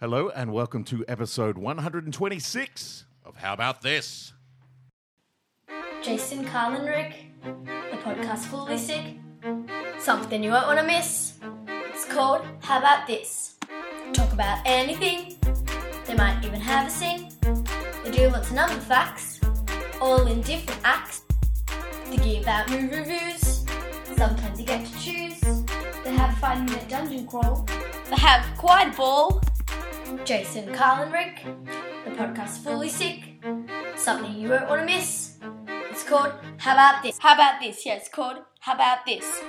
Hello, and welcome to episode 126 of How About This? Jason Carlinrick, the podcast fully sick. Something you won't want to miss. It's called How About This? Talk about anything. They might even have a sing. They do lots of number facts, all in different acts. They give out movie reviews. Sometimes you get to choose. They have a five minute dungeon crawl. They have quad ball. Jason Carlinrick, the podcast fully sick. Something you won't want to miss. It's called How About This? How About This? Yeah, it's called How About This?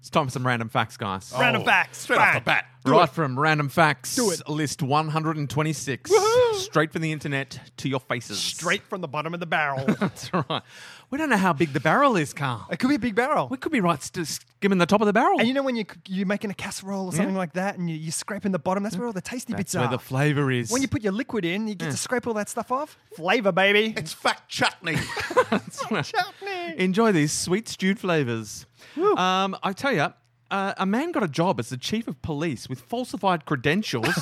It's time for some random facts, guys. Oh, Random facts. Straight off the Bang. bat. right from random facts. Do it. List 126. Straight from the internet to your faces. Straight from the bottom of the barrel. That's right. We don't know how big the barrel is, Carl. it could be a big barrel. We could be right st- skimming the top of the barrel. And you know when you, you're making a casserole or something like that and you, you're scraping the bottom, that's where all the tasty That's bits where are. the flavour is. uh, when you put your liquid in, you get to scrape all that stuff off. Flavor, baby. It's fact chutney. Enjoy these sweet stewed flavours. Um, I tell you, uh, a man got a job as the chief of police with falsified credentials,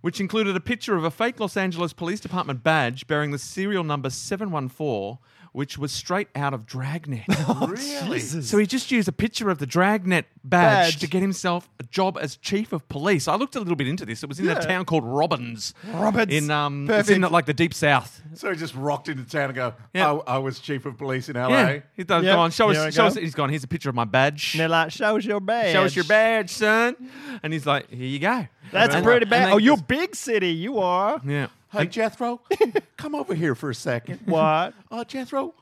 which included a picture of a fake Los Angeles Police Department badge bearing the serial number 714, which was straight out of Dragnet. really? So he just used a picture of the Dragnet badge, Badge. to get himself a job as chief of police. I looked a little bit into this. It was in a town called Robbins. Robbins. In um, it's in Perfect. like the deep south. So he just rocked into town and go, Yeah. oh, I was chief of police in LA. Yeah, he does. Yep. Go on, show There we us. Show go. us. He's gone. Here's a picture of my badge. They're like, show us your badge. Show us your badge, son. And he's like, here you go. That's And- pretty and bad. they- Oh, you're big city. You are. Yeah. Hey, Jethro, come over here for a second. What? Uh, Jethro,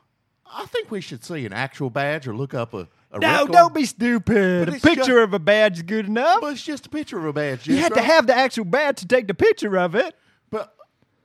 I think we should see an actual badge or look up a, a No, record. don't be stupid. But A it's picture ju- of a badge is good enough. But it's just a picture of a badge, Jethro. You had to have the actual badge to take the picture of it. But,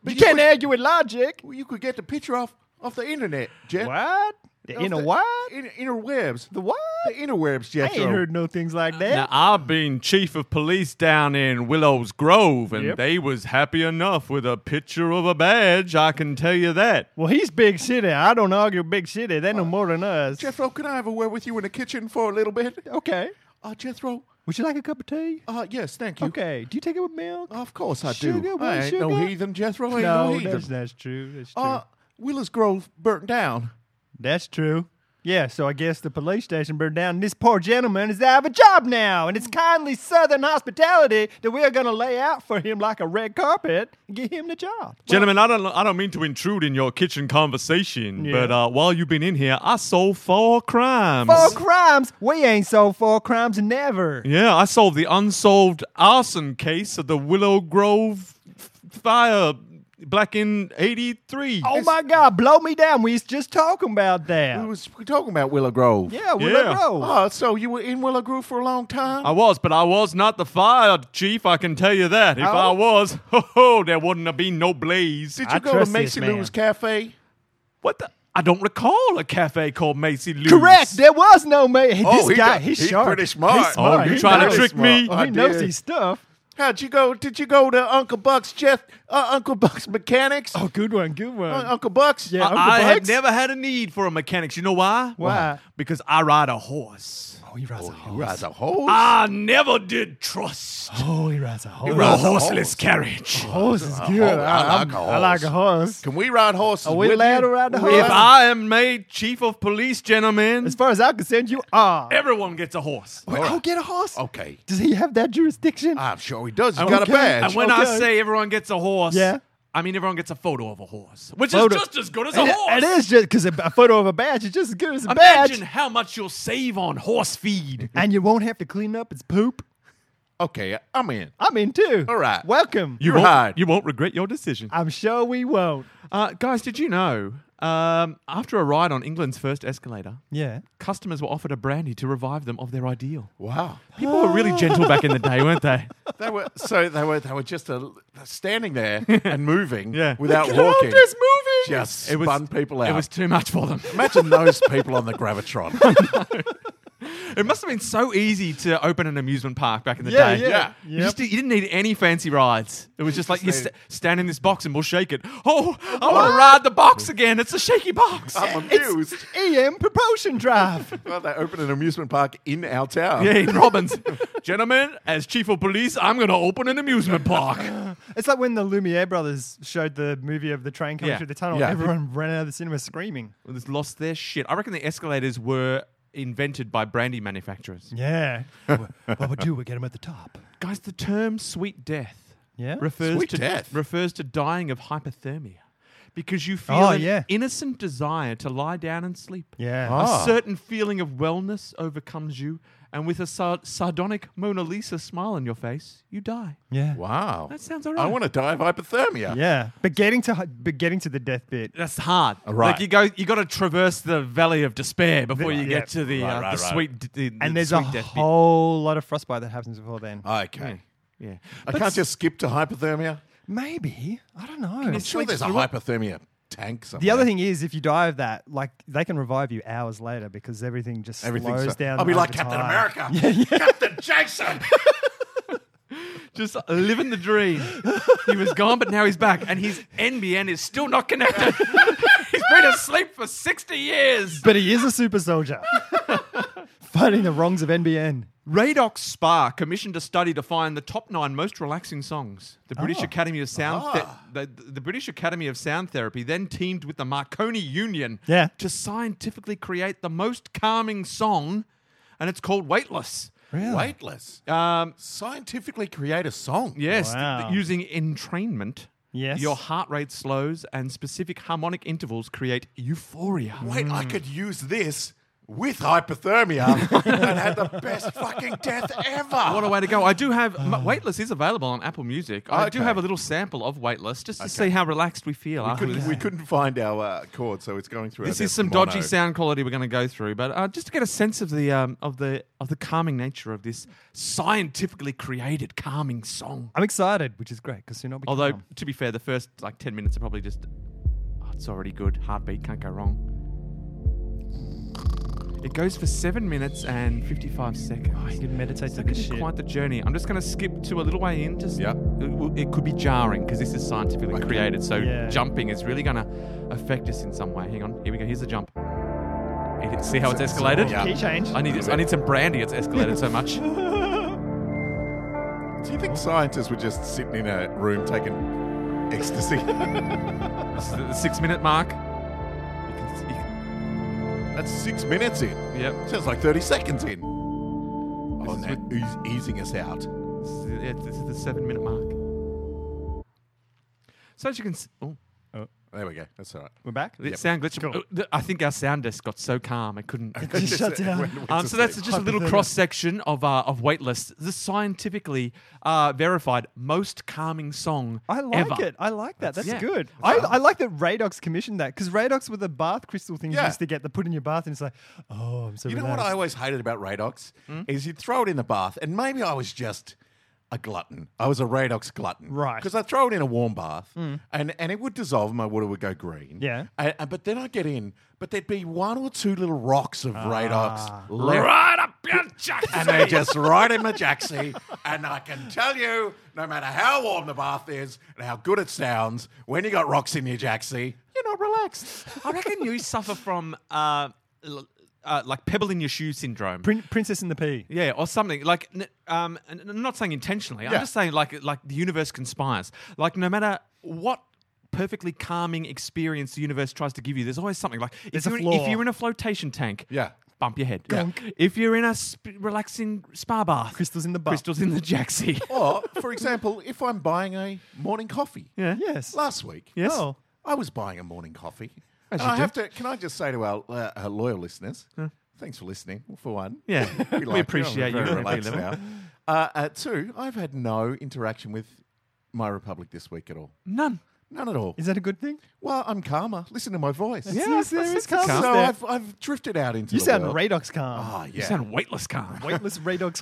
but You you can't argue with logic. could, you could get the picture off, off the internet, Jeff. What? The Off inner the what? In, interwebs. The what? The interwebs, I Jethro. ain't heard no things like that. Now, I've been chief of police down in Willows Grove, and Yep. they was happy enough with a picture of a badge. I can tell you that. Well, he's big city. I don't argue big city. They know more than us. Jethro, can I have a word with you in the kitchen for a little bit? okay. Uh, Jethro, Would you like a cup of tea? uh, yes, thank you. Okay. Do you take it with milk? Of course I do. Sugar, I one ain't no sugar? heathen, Jethro. Ain't Oh, no, no, heathen. that's, that's true. That's true. Uh, Willis Grove burnt down. that's true. Yeah, so I guess the police station burned down, and this poor gentleman is out of a job now. And it's kindly Southern hospitality that we are going to lay out for him like a red carpet and get him the job. Gentlemen, I don't, I don't mean to intrude in your kitchen conversation, Yeah. but uh, while you've been in here, I solved four crimes. Four crimes? We ain't solved four crimes never. Yeah, I solved the unsolved arson case of the Willow Grove f- fire back in 83. Oh my God, blow me down. We was just talking about that. We was talking about Willow Grove. yeah, we Yeah. let go. Oh, so you were in Willow Grove for a long time? Oh, I was, but I was not the fire chief, I can tell you that. If I Oh. was, ho ho, there wouldn't have been no blaze. Did you I go to trust this Macy man. Lou's Cafe? What the? I don't recall a cafe called Macy Lou's. Correct. There was no man. Hey, Oh, this he guy, got- he's, he's sharp. pretty smart. He's Oh, smart. you're He trying knows- to knows trick smart. me. Oh, He knows did. his stuff. How'd you go? Did you go to Uncle Buck's, Jeff? Uh, Uncle Buck's Mechanics? Oh, good one, good one. Uh, Uncle Buck's? Yeah. Uncle I had Bugs? never had a need for a mechanic. You know why? Why? Because I ride a horse. oh, he rides a You horse. rides a horse? I never did trust Oh, he rides a horse. a rides a horseless horse. carriage. Oh, horse is good. I I'm- like a I like a horse. Can we ride horses? Are we with allowed you? to ride the We horse? If ride- I am made chief of police, gentlemen, As far as I'm concerned, you are. everyone gets a horse. Wait, All I'll right. get a horse. Okay. Does he have that jurisdiction? I'm sure he does. He's got a Okay. badge. And when I Okay. say everyone gets a horse, Yeah. I mean everyone gets a photo of a horse, which Photo. is just as good as a It- horse. it is just because a, a photo of a badge is just as good as a Imagine badge. how much you'll save on horse feed. And you won't have to clean up its poop. Okay, I'm in. I'm in too. All right. Welcome. You won't- Right. you won't regret your decision. I'm sure we won't. Uh, guys, did you know? Um, after a ride on England's first escalator, Yeah. customers were offered a brandy to revive them of their ideal. Wow. People were really gentle back in the day, weren't they? They were so they were they were just uh, standing there and moving Yeah. without Look at all walking. this moving. Just spun people out. It was too much for them. Imagine those people on the gravitron. It must have been so easy to open an amusement park back in the Yeah, day. yeah. Yeah. You, just, Yep. you didn't need any fancy rides. It was just like, you just st- stand in this box and we'll shake it. Oh, I want to ride the box again. It's a shaky box. I'm amused. EM E propulsion drive. Well, they opened an amusement park in our town. Yeah, in Robbins. Gentlemen, as chief of police, I'm going to open an amusement park. it's like when the Lumiere brothers showed the movie of the train coming Yeah. through the tunnel. Yeah. Everyone ran out of the cinema screaming. It's lost their shit. I reckon the escalators were invented by brandy manufacturers. Yeah. what we do, we get them at the top. Guys, the term sweet death Yeah. refers Sweet to death? refers to dying of hypothermia because you feel Oh, an yeah. innocent desire to lie down and sleep. Yeah. Ah. A certain feeling of wellness overcomes you, and with a sar- sardonic Mona Lisa smile on your face, you die. Yeah. Wow. That sounds all I right. want to die of hypothermia. Yeah. But getting to hi- but getting to the death bit. That's hard. Right. Like you go, you got to traverse the valley of despair before Right. you Yeah. get to the, Right, uh, right, the right. sweet, d- the, the And there's a sweet death bit. whole lot of frostbite that happens before then. Uh, Okay. Hmm. Yeah, I can't just skip to hypothermia. Maybe. I don't know. I'm sure there's a hypothermia tank somewhere. The other thing is, if you die of that, like they can revive you hours later because everything just Everything's slows so- down. I'll be like over Captain time. America. Captain Jason. just living the dream. he was gone, but now he's back, and his NBN is still not connected. he's been asleep for sixty years. But he is a super soldier, fighting the wrongs of NBN. Radox Spa commissioned a study to find the top nine most relaxing songs. The British Academy of Sound, the, the, the British Academy of Sound Therapy, then teamed with the Marconi Union Yeah. to scientifically create the most calming song, and it's called Weightless. Weightless. Um, Scientifically create a song. Yes, th- Wow. using entrainment. Yes. Your heart rate slows and specific harmonic intervals create Mm. euphoria. Wait, I could use this with hypothermia and had the best fucking death ever. What a way to go. I do have m- Weightless is available on Apple Music. I do Okay. have a little sample of Weightless just to see how relaxed we feel after Couldn't- this. we couldn't find our uh, chord, so it's going through. This our is some mono. dodgy sound quality we're going to go through, but uh, just to get a sense of the um, of the of the calming nature of this scientifically created calming song. I'm excited, which is great because soon I'll be. Although calm. to be fair, the first like ten minutes are probably just oh, it's already good. Heartbeat can't go wrong. It goes for seven minutes and fifty-five seconds. Oh, you can meditate It's to gonna this be shit. quite the journey. I'm just going to skip to a little way in. Just Yeah. it, will- it could be jarring because this is scientifically created. So Yeah. jumping is really going to affect us in some way. Hang on. Here we go. Here's the jump. You can See how it's it's a little- escalated? yeah. Key change. I need this. I need some brandy. It's escalated so much. Do you think scientists were just sitting in a room taking ecstasy? This is the six-minute mark. You can, you can, That's six minutes in. yep. Sounds like thirty seconds in. Oh, is now eas- easing us out. This is, yeah, this is the seven minute mark. So as you can see, oh, There we go. That's all right. We're back. the sound glitch. Cool. oh, th- I think our sound desk got so calm it couldn't. It just shut down. Um, so that's just a little cross section of uh, of waitlist. The scientifically uh, verified most calming song. I like ever. it. I like that. That's yeah. good. I, I like that Radox commissioned that because Radox were the bath crystal things you Yeah. used to get that put in your bath and it's like, oh, I'm so You know what I relaxed. always hated about Radox Hmm? is you'd throw it in the bath, and maybe I was just a glutton. I was a Radox glutton, Right. Because I would throw it in a warm bath, Hmm. and and it would dissolve. My water would go green, Yeah. And, and- but then I'd get in, but there'd be one or two little rocks of Radox left, Ah. Right up your jacksie. and they're just right in my jacksie. And I can tell you, no matter how warm the bath is and how good it sounds, when you got rocks in your jacksie, you're not relaxed. I reckon you suffer from uh, l- uh, like pebble in your shoe syndrome. Prin- Princess and the Pea. Yeah, or something like. n- Um, and I'm not saying intentionally. I'm Yeah. just saying like like the universe conspires. Like no matter what perfectly calming experience the universe tries to give you, there's always something. Like if There's a you're, if flaw. you're in a flotation tank, Yeah. bump your head. If you're in a sp- relaxing spa bath, Crystals in the bath. crystals in the jacksie. Or, for example, if I'm buying a morning coffee, yeah. Yes. Last week, Yes. Oh. I was buying a morning coffee. And As you I do. have to. Can I just say to our, uh, our loyal listeners, thanks for listening. For one, Yeah. We like you. appreciate We're you very on every relaxed now. Uh, uh, two, I've had no interaction with my republic this week at all. None. None at all. Is that a good thing? well, I'm calmer. Listen to my voice. Yeah, that's- there that's is calm calm. So there. I've, I've drifted out into You the sound world. Radox calm. Ah, yeah. You sound weightless, calm. Weightless Radox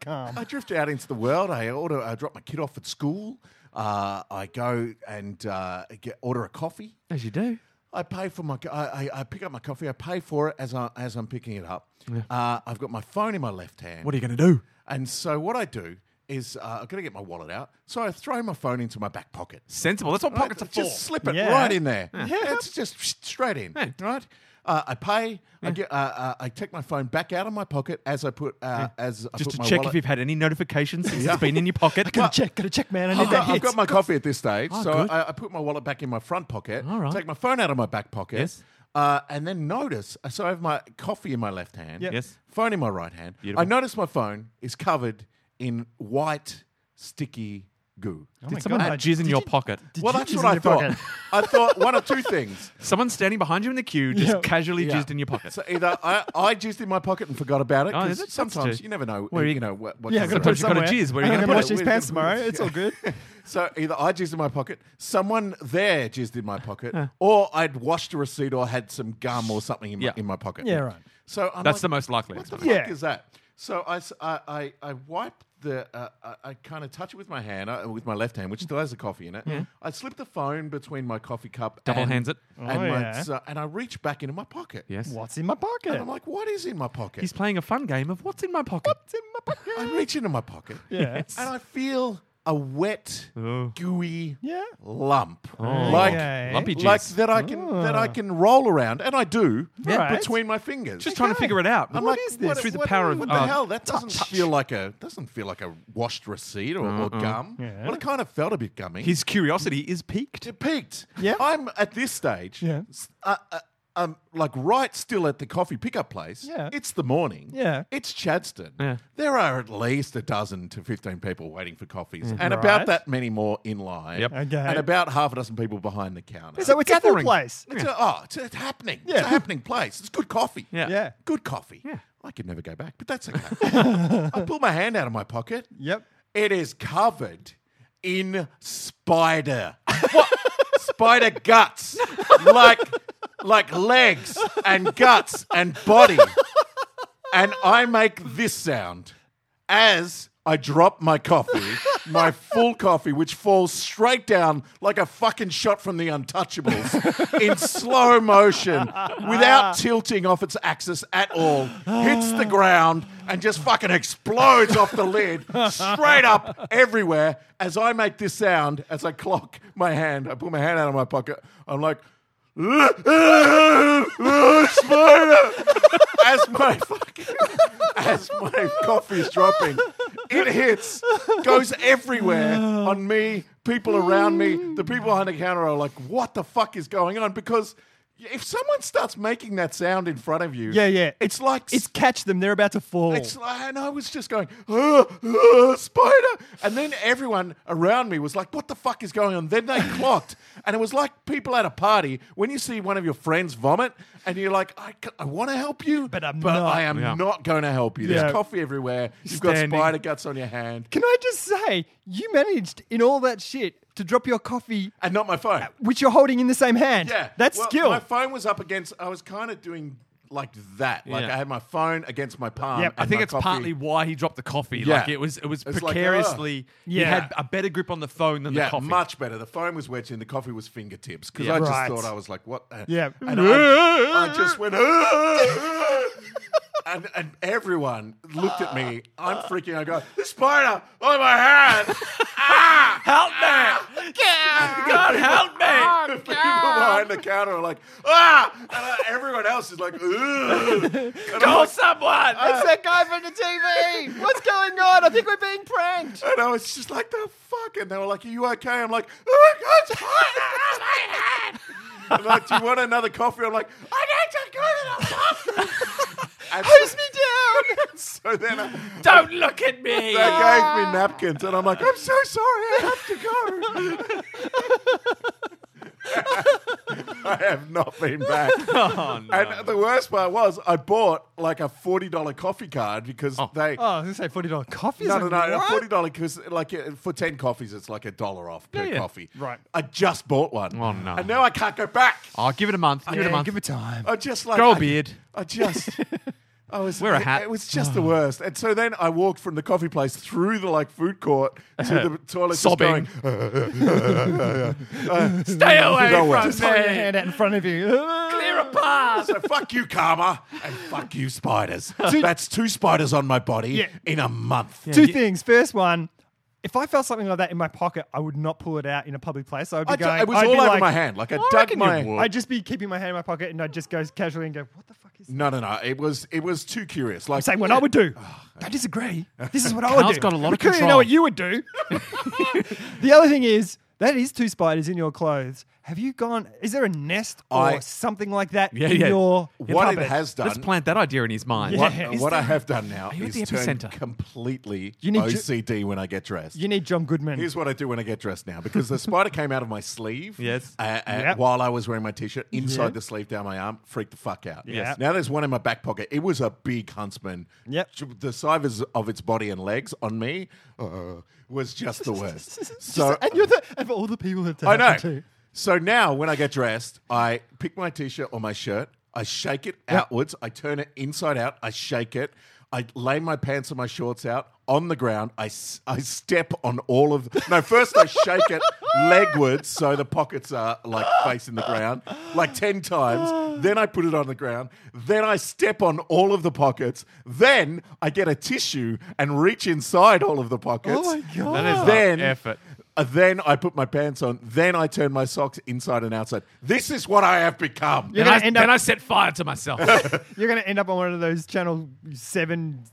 calm. I drift out into the world. I order. I drop my kid off at school. Uh, I go and uh, get, order a coffee. As you do. I pay for my. co- I, I, I pick up my coffee. I pay for it as I as I'm picking it up. Uh, I've got my phone in my left hand. What are you going to do? And so what I do is uh, I'm gonna get my wallet out. So I throw my phone into my back pocket. Sensible. That's what Right? pockets are for. Just slip it Yeah. right in there. It's just straight in. Right. Uh, I pay. I get. Uh, uh, I take my phone back out of my pocket as I put uh, as I Just put to my check if wallet. you've had any notifications since Yeah. it's been in your pocket. Gotta check, gotta check, man. I need I've that got, I've hit. got my coffee at this stage, Ah, Oh, so good. I, I put my wallet back in my front pocket, All right. take my phone out of my back pocket, Yes. uh, and then notice. uh, So I have my coffee in my left hand, Yep. Yes. phone in my right hand. Beautiful. I notice my phone is covered in white, sticky goo. Oh my Did someone God. jizz in Did your you- pocket? Did well, you that's use what it I in thought. your pocket? I thought one of two things. Someone standing behind you in the queue just Yeah. casually Yeah. jizzed in your pocket. So either I, I jizzed in my pocket and forgot about it. Oh, 'cause is it? That's sometimes true. you never know. Where Where you- you know what. what Yeah, I comes gotta out. put it Sometimes you gotta somewhere. jizz. Where are you I'm gonna gonna put wash it? these Where's pants it gonna tomorrow. put it? It's all good. So either I jizzed in my pocket, someone there jizzed in my pocket, or I'd washed a receipt or had some gum or something in my, Yeah. in my pocket. Yeah, right. So I'm That's like, the most likely What the explanation. fuck Yeah. is that? So I, s- I, I- I wipe the, uh, I, I kind of touch it with my hand, uh, with my left hand, which still has the coffee in it. I slip the phone between my coffee cup. Double and- hands it. And, Oh, my- yeah. so- and I reach back into my pocket. Yes. What's in my And I'm pocket? like, what is in my pocket? He's playing a fun game of what's in my pocket. What's in my pocket? I reach into my pocket Yeah. and I feel a wet, Oh. gooey Yeah. lump, like Okay. Lumpy jizz. like that I can that I can roll around, and I do Yeah. Right. between my fingers. Just trying to figure it out. I'm like, What is this? What, Through the what- power of, what uh, the hell? That doesn't feel like a doesn't feel like a washed receipt or, Uh-uh. or gum. Yeah. Well, it kind of felt a bit gummy. His curiosity is piqued. it peaked. Yeah. I'm at this stage. Yeah. s- Uh, uh, um, like right still at the coffee pickup place. Yeah. It's the morning. Yeah. It's Chadston. Yeah. There are at least a dozen to 15 people waiting for coffees and about Mm. Right. that many more in line. Yep. Okay. And about half a dozen people behind the counter. So it's a full gathering. place. It's a, oh, it's, it's happening. It's Yeah. a happening place. It's good coffee. Yeah. Yeah. Good coffee. Yeah. I could never go back, but that's okay. I pull my hand out of my pocket. Yep. It is covered in spider. spider guts. like like legs and guts and body. And I make this sound as I drop my coffee, my full coffee, which falls straight down like a fucking shot from the Untouchables in slow motion without tilting off its axis at all, hits the ground and just fucking explodes off the lid straight up everywhere as I make this sound as I clock my hand. I pull my hand out of my pocket. I'm like, spider! as my fucking as my coffee's dropping, it hits, goes everywhere on me, people around me, the people behind the counter are like, "What the fuck is going on?" Because if someone starts making that sound in front of you, Yeah, yeah. it's like It's catch them. They're about to fall. it's like, and I was just going, "Ah, ah, spider. And then everyone around me was like, what the fuck is going on? Then they clocked. And it was like people at a party when you see one of your friends vomit and you're like, I, c- I want to help you, But I'm not." I am Yeah. not going to help you. There's Yeah. coffee everywhere. You've Standing. got spider guts on your hand Can I just say, you managed in all that shit to drop your coffee, and not my phone. which you're holding in the same hand. Yeah. That's Well, skill. My phone was up against, I was kind of doing like that. Like Yeah. I had my phone against my palm. Yep. I and think my it's coffee- partly why he dropped the coffee. Like Yeah. it was, it was It's like, precariously. He Yeah. had a better grip on the phone than Yeah, the coffee. much better. The phone was wedged in, the coffee was fingertips because Yeah. I just Right. thought I was like, what? the- Yeah. And I, I just went, "Ah!" and, and everyone looked at me. I'm freaking out. I go, the spider on my hand. ah! Help me! God, help me! The people Oh, behind the counter are like, ah! And uh, everyone else is like, ugh! Call someone! It's that guy from the TV. What's going on? I think we're being pranked. And I was just like, the fuck? And they were like, are you okay? I'm like, oh my God, it's hot. And they're like, do you want another coffee? I'm like, I need to go to the bathroom. And Push so, me down. so then I, Don't look at me. they gave me napkins. And I'm like, I'm so sorry. I have Oh, to go. I have not been back. Oh, no. And the worst part was I bought like a $40 coffee card because they, Oh, I was going to say $40 coffee. no, no, no. Forty dollars because, like, uh, for ten coffees, it's like a dollar off per Yeah, yeah. coffee. Right. I just bought one. Oh, no. And now I can't go back. oh, give it a month. Give it a Yeah, month. give it time. I just like Grow a I- beard. I just. I was, Wear a it- hat. It was just the worst. And so then I walked from the coffee place through the like food court to the toilet, just Sobbing. going, Stay away Go away. from Just Throw your me. hand out in front of you. Clear a path. So fuck you, karma, and fuck you, spiders. That's two spiders on my body Yeah. in a month. Two things. First one, if I felt something like that in my pocket, I would not pull it out in a public place. I would be I d- going. it was I'd all be over like- my hand. Like I, I dug reckon you my. would. I'd just be keeping my hand in my pocket, and I'd just go casually and go, "What the fuck is?" That? No, no, no. It was it was too curious. Like Saying what I would Oh, do. I disagree. This is what I would Carl's do. got a lot We of clearly control. know what you would do. the other thing is that is two spiders in your clothes. Have you gone? Is there a nest or I- something like that Yeah, in yeah. your what cupboard? it has done. Let's plant that idea in his mind. What, Yeah. Is what I there- have done now you at is the turned epicenter? completely You need to- OCD when I get dressed. You need John Goodman. Here's what I do when I get dressed now because the spider came out of my sleeve. Yes. Uh, uh, Yep. While I was wearing my t shirt, inside Yeah. the sleeve, down my arm, freaked the fuck out. Yes. Now there's one in my back pocket. It was a big huntsman. Yep. The size of its body and legs on me uh, was just the worst. Just- so and you're the and for all the people that I know. To. So now when I get dressed, I pick my t shirt or my shirt, I shake it outwards, I turn it inside out, I shake it, I lay my pants and my shorts out on the ground, I, s- I step on all of. No, first I shake it legwards so the pockets are like facing the ground, like 10 times. Then I put it on the ground. Then I step on all of the pockets. Then I get a tissue and reach inside all of the pockets. Oh my God. That is not then effort. uh, Then I put my pants on. Then I turn my socks inside and outside. This is what I have become. Then, You're gonna I, end then up- Oh, I set fire to myself. You're going to end up on one of those Channel 7,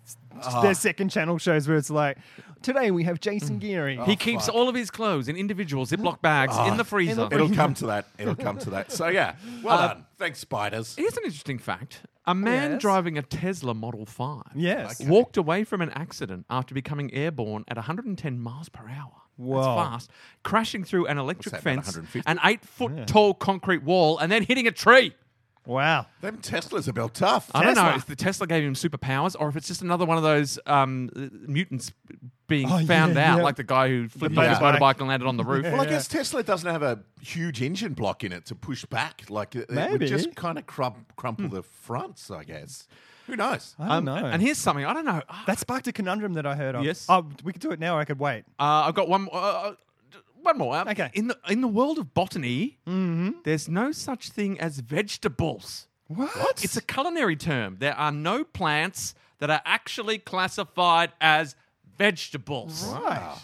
Ah. their second channel shows where it's like, today we have Jason Geary. Mm. he keeps all of his clothes in individual Ziploc bags Ah. in the freezer. It'll come to that. It'll come to that. So yeah, well Uh, done. Thanks, spiders. Here's an interesting fact. A man Yes. driving a Tesla Model 5 Yes. Okay. walked away from an accident after becoming airborne at 110 miles per hour. Whoa. That's fast. Crashing through an electric What's that, about fence, 150? an eight foot tall concrete wall, and then hitting a tree. wow. Them Teslas are built tough. I don't know Tesla. if the Tesla gave him superpowers or if it's just another one of those um, uh, mutants being Oh, found yeah, out, yeah. like the guy who flipped off his motorbike. motorbike and landed on the roof. Well, I Yeah. guess Tesla doesn't have a huge engine block in it to push back. Like it, it would Maybe. Hmm. just kind of crump, crumple the fronts. I guess. Who knows? I don't Um, know. And here's something I don't know. Uh, that sparked a conundrum that I heard of. Yes. Oh, we could do it now or I could wait. I've got one. Uh, uh, one more. Um, Okay. Mm-hmm. In the in the world of botany, there's no such thing as vegetables. What? It's a culinary term. There are no plants that are actually classified as vegetables. Right.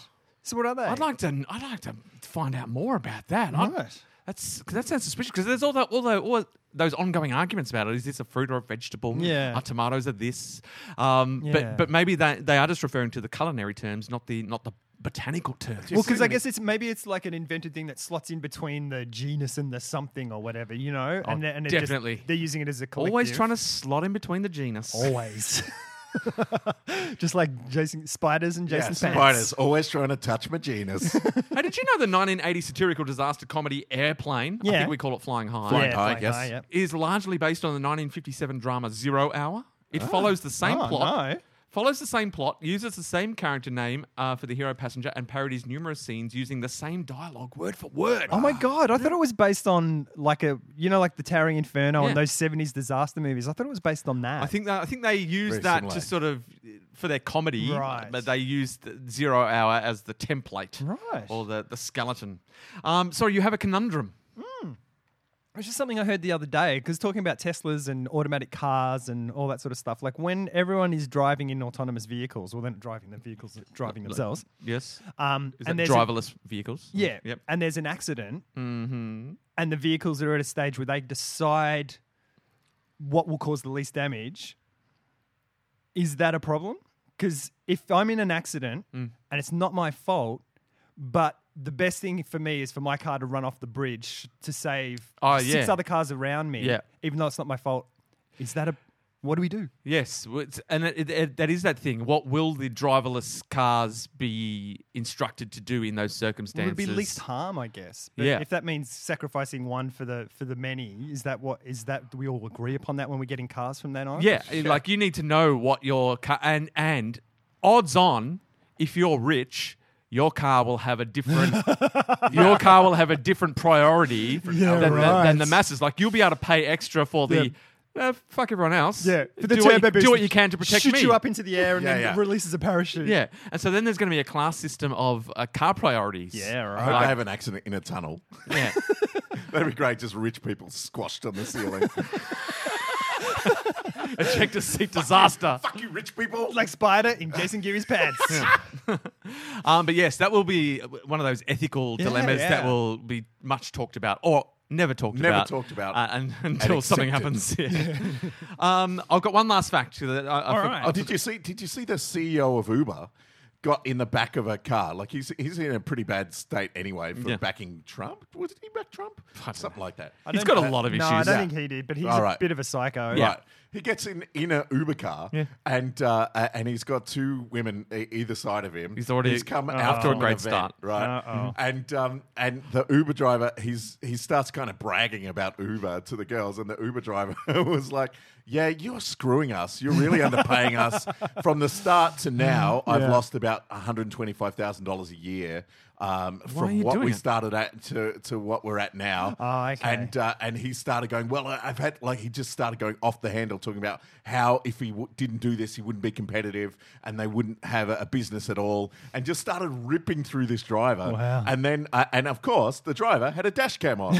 So what are they? I'd like to. I'd like to find out more about that. I- Right. That's 'cause that sounds suspicious because there's all that all, that, all those ongoing arguments about it. Is this a fruit or a vegetable? Yeah. Are tomatoes are this? Um, Yeah. But but maybe they they are just referring to the culinary terms, not the not the botanical terms. well, because I guess it's maybe it's like an invented thing that slots in between the genus and the something or whatever, you know? and they- and it just- Oh, definitely. they're using it as a collective. Oh. always trying to slot in between the genus. Always. just like Jason spiders and Jason Yeah, pants. spiders always trying to touch my genus. Hey, did you know the 1980 satirical disaster comedy Airplane? I Yeah. think we call it Flying High. Yeah, high, flying yes. high, yep. Is largely based on the 1957 drama Zero Hour. It follows the same Oh, plot. no. Follows the same plot, uses the same character name uh, for the hero passenger, and parodies numerous scenes using the same dialogue word for word. Oh my god! I thought it was based on like a you know like the Towering Inferno Yeah. and those seventies disaster movies. I thought it was based on that. I think that, I think they used Very that similar. to sort of for their comedy, Right. but they used Zero Hour as the template, Right. or the the skeleton. Um, sorry, you have a conundrum. It's just something I heard the other day because talking about Teslas and automatic cars and all that sort of stuff. Like when everyone is driving in autonomous vehicles, well, they're not driving the vehicles, they're driving themselves. Yes, Um, is and that there's a- driverless vehicles? yeah, Yep. Mm-hmm. and there's an accident, and the vehicles are at a stage where they decide what will cause the least damage. Is that a problem? Because if I'm in an accident Mm. and it's not my fault, but the best thing for me is for my car to run off the bridge to save Oh, six yeah. other cars around me, Yeah. even though it's not my fault. Is that a what do we do? Yes, well, it's- and it, it- it- that is that thing. What will the driverless cars be instructed to do in those Well, circumstances? It would be least harm, I guess. But Yeah. if that means sacrificing one for the for the many, is that what is that do we all agree upon that when we're getting cars from then on? Yeah, like you need to know what your car and and odds on if you're rich, your car will have a different your car will have a different priority Yeah, than, the, than the right. masses. Like you'll be able to pay extra for the Uh, fuck everyone else. Yeah. For the do, what turbo you, do boost, what you can to protect shoot me. you up into the air and Yeah, then yeah. releases a parachute. Yeah, and so then there's going to be a class system of uh, car priorities. Yeah, I hope right. they have an accident in a tunnel. yeah. That'd be great. Just rich people squashed on the ceiling. Ejector seat disaster. Fuck you, rich people. Like Spider in Jason Geary's pants. Um, but yes, that will be one of those ethical Yeah, dilemmas that yeah. will be much talked about or never talked Never about. talked about. uh, un- until something happens. accepted. Yeah. um, I've got one last fact. That I, I All for- right. I Oh, did you see? Did you see the CEO of Uber got in the back of a car? Like he's he's in a pretty bad state anyway for Yeah. backing Trump. Was he back Trump? Something like that. I He's don't- got a lot of No, I issues. don't Yeah. think he did, but he's All a right. bit of a psycho. Yeah. Right. He gets in in a Uber car, Yeah. and uh, a- and he's got two women e- either side of him. He's already- he's come Oh. out to off to a an great event, start. right? Uh-oh. And um and the Uber driver, he's he starts kind of bragging about Uber to the girls, and the Uber driver was like, "Yeah, you're screwing us. You're really underpaying us from the start to now. I've Yeah. lost about one hundred twenty five thousand dollars a year." Um, are from you what doing we it? started at to, to what we're at now, Oh, okay. and uh, and he started going, Well, I- I've had, like, he just started going off the handle, talking about how if he w- didn't do this, he wouldn't be competitive and they wouldn't have a, a business at all. And just started ripping through this driver. Wow. And then, uh, and of course, the driver had a dash cam on.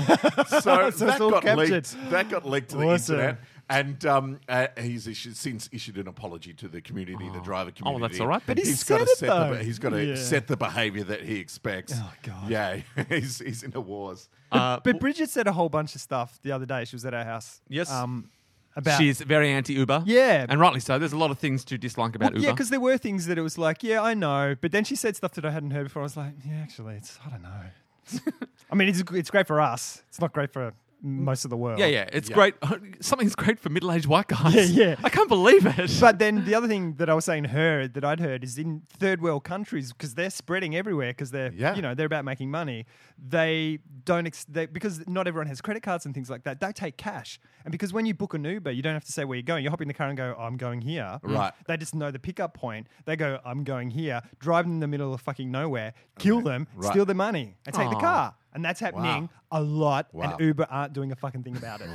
so it's that, all got captured. leaked, that got leaked to the Awesome. internet. And um, uh, he's issued, since issued an apology to the community, Oh. the driver community. that's all right. But he he's said got to it, set the, though. be- he's got to Yeah. set the behaviour that he expects. Oh, God. Yeah, he's he's in the wars. uh, But Bridget said a whole bunch of stuff the other day. She was at our house. Yes. Um, about She's very anti Uber. Yeah. And rightly so. There's a lot of things to dislike about Well, Uber. yeah, because there were things that it was like, yeah, I know. But then she said stuff that I hadn't heard before. I was like, yeah, actually, it's I don't know. I mean, it's it's great for us. It's not great for most of the world. Mm. yeah, yeah, it's Yeah. great. Something's great for middle-aged white guys. Yeah, yeah. I can't believe it. But then the other thing that I was saying to her that I'd heard is in third world countries because they're spreading everywhere because they're Yeah. you know they're about making money. They don't ex- they, because not everyone has credit cards and things like that. They take cash, and because when you book an Uber, you don't have to say where you're going. You hop in the car and go, "I'm going here." Right. They just know the pickup point. They go, "I'm going here." Drive them in the middle of fucking nowhere, kill them, Right. steal their money, and take the Aw. car. And that's happening a lot. Wow. And Uber aren't doing a fucking thing about it.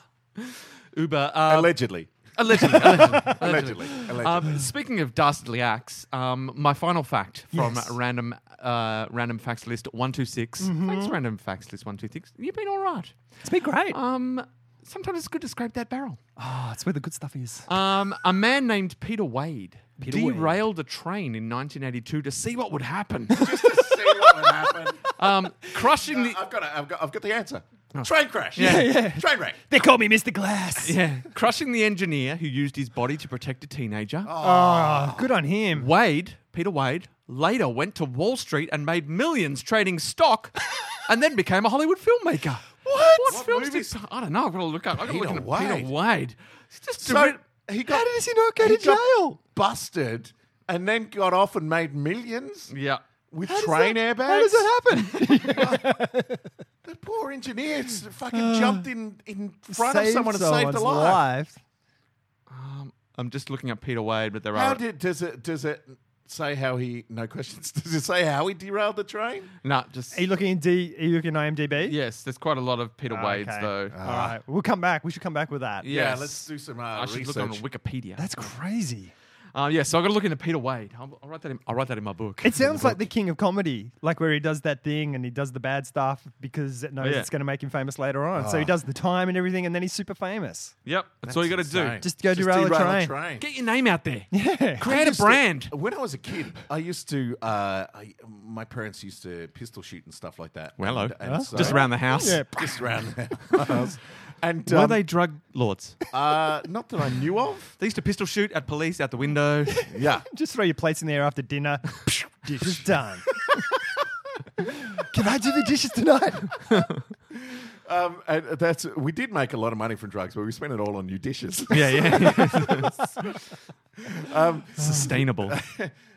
Wow. Uber, uh, Allegedly. allegedly, allegedly, Allegedly. Allegedly. Um, speaking of dastardly acts, um, my final fact from Yes. Mm-hmm. random uh, random facts list one Thanks, random facts list one two six. You've been all right. It's been great. Um, sometimes it's good to scrape that barrel. oh, it's where the good stuff is. Um, a man named Peter Wade Peter Wade. derailed a train in 1982 to see what would happen, Just to see what would happen. um, crushing the I've got, a, I've got, I've got the answer. Oh. Train crash. Yeah. Train wreck. They call me Mr. Glass. yeah, crushing the engineer who used his body to protect a teenager. Oh, good on him. Wade, Peter Wade, later went to Wall Street and made millions trading stock and then became a Hollywood filmmaker. What? What, What films movies? did I don't know. I've got to look up. I've got to look Peter into Peter Wade. It's just So direct- he got. How does he not go he to got jail? Busted, and then got off and made millions yeah. with train airbags. How does that happen? The poor engineer s- fucking jumped in in front of someone and saved someone's a life. I'm just looking up Peter Wade, but there How are did does it does it say how he? No questions. Does it say how he derailed the train? no just Are you looking in D? Are you looking in IMDb? yes. There's quite a lot of Peter Ah, Wades okay. though. All right, we'll come back. We should come back with that. Yeah, Yes. let's do some uh, I should research. look on Wikipedia. That's crazy. Uh, yeah, so I've got to look into Peter Wade. I'll, I'll write that. In, I'll write that in my book. It sounds like the king of comedy, like where he does that thing and he does the bad stuff because it knows Yeah. it's going to make him famous later on. So he does the time and everything, and then he's super famous. Yep, that's, all you got to do. insane. Just go Just derail a derail train. Get your name out there. Yeah. I Create a used to- brand. when I was a kid, I used to. Uh, I, my parents used to pistol shoot and stuff like that. Well, hello. And- and so- Just around the house. Yeah. just around the house. And Were um, they drug lords? uh, not that I knew of. They used to pistol shoot at police out the window. Yeah, Just throw your plates in the air after dinner. Dishes done. Can I do the dishes tonight? um, and that's we did make a lot of money from drugs, but we spent it all on new dishes. yeah, yeah. Um, Sustainable.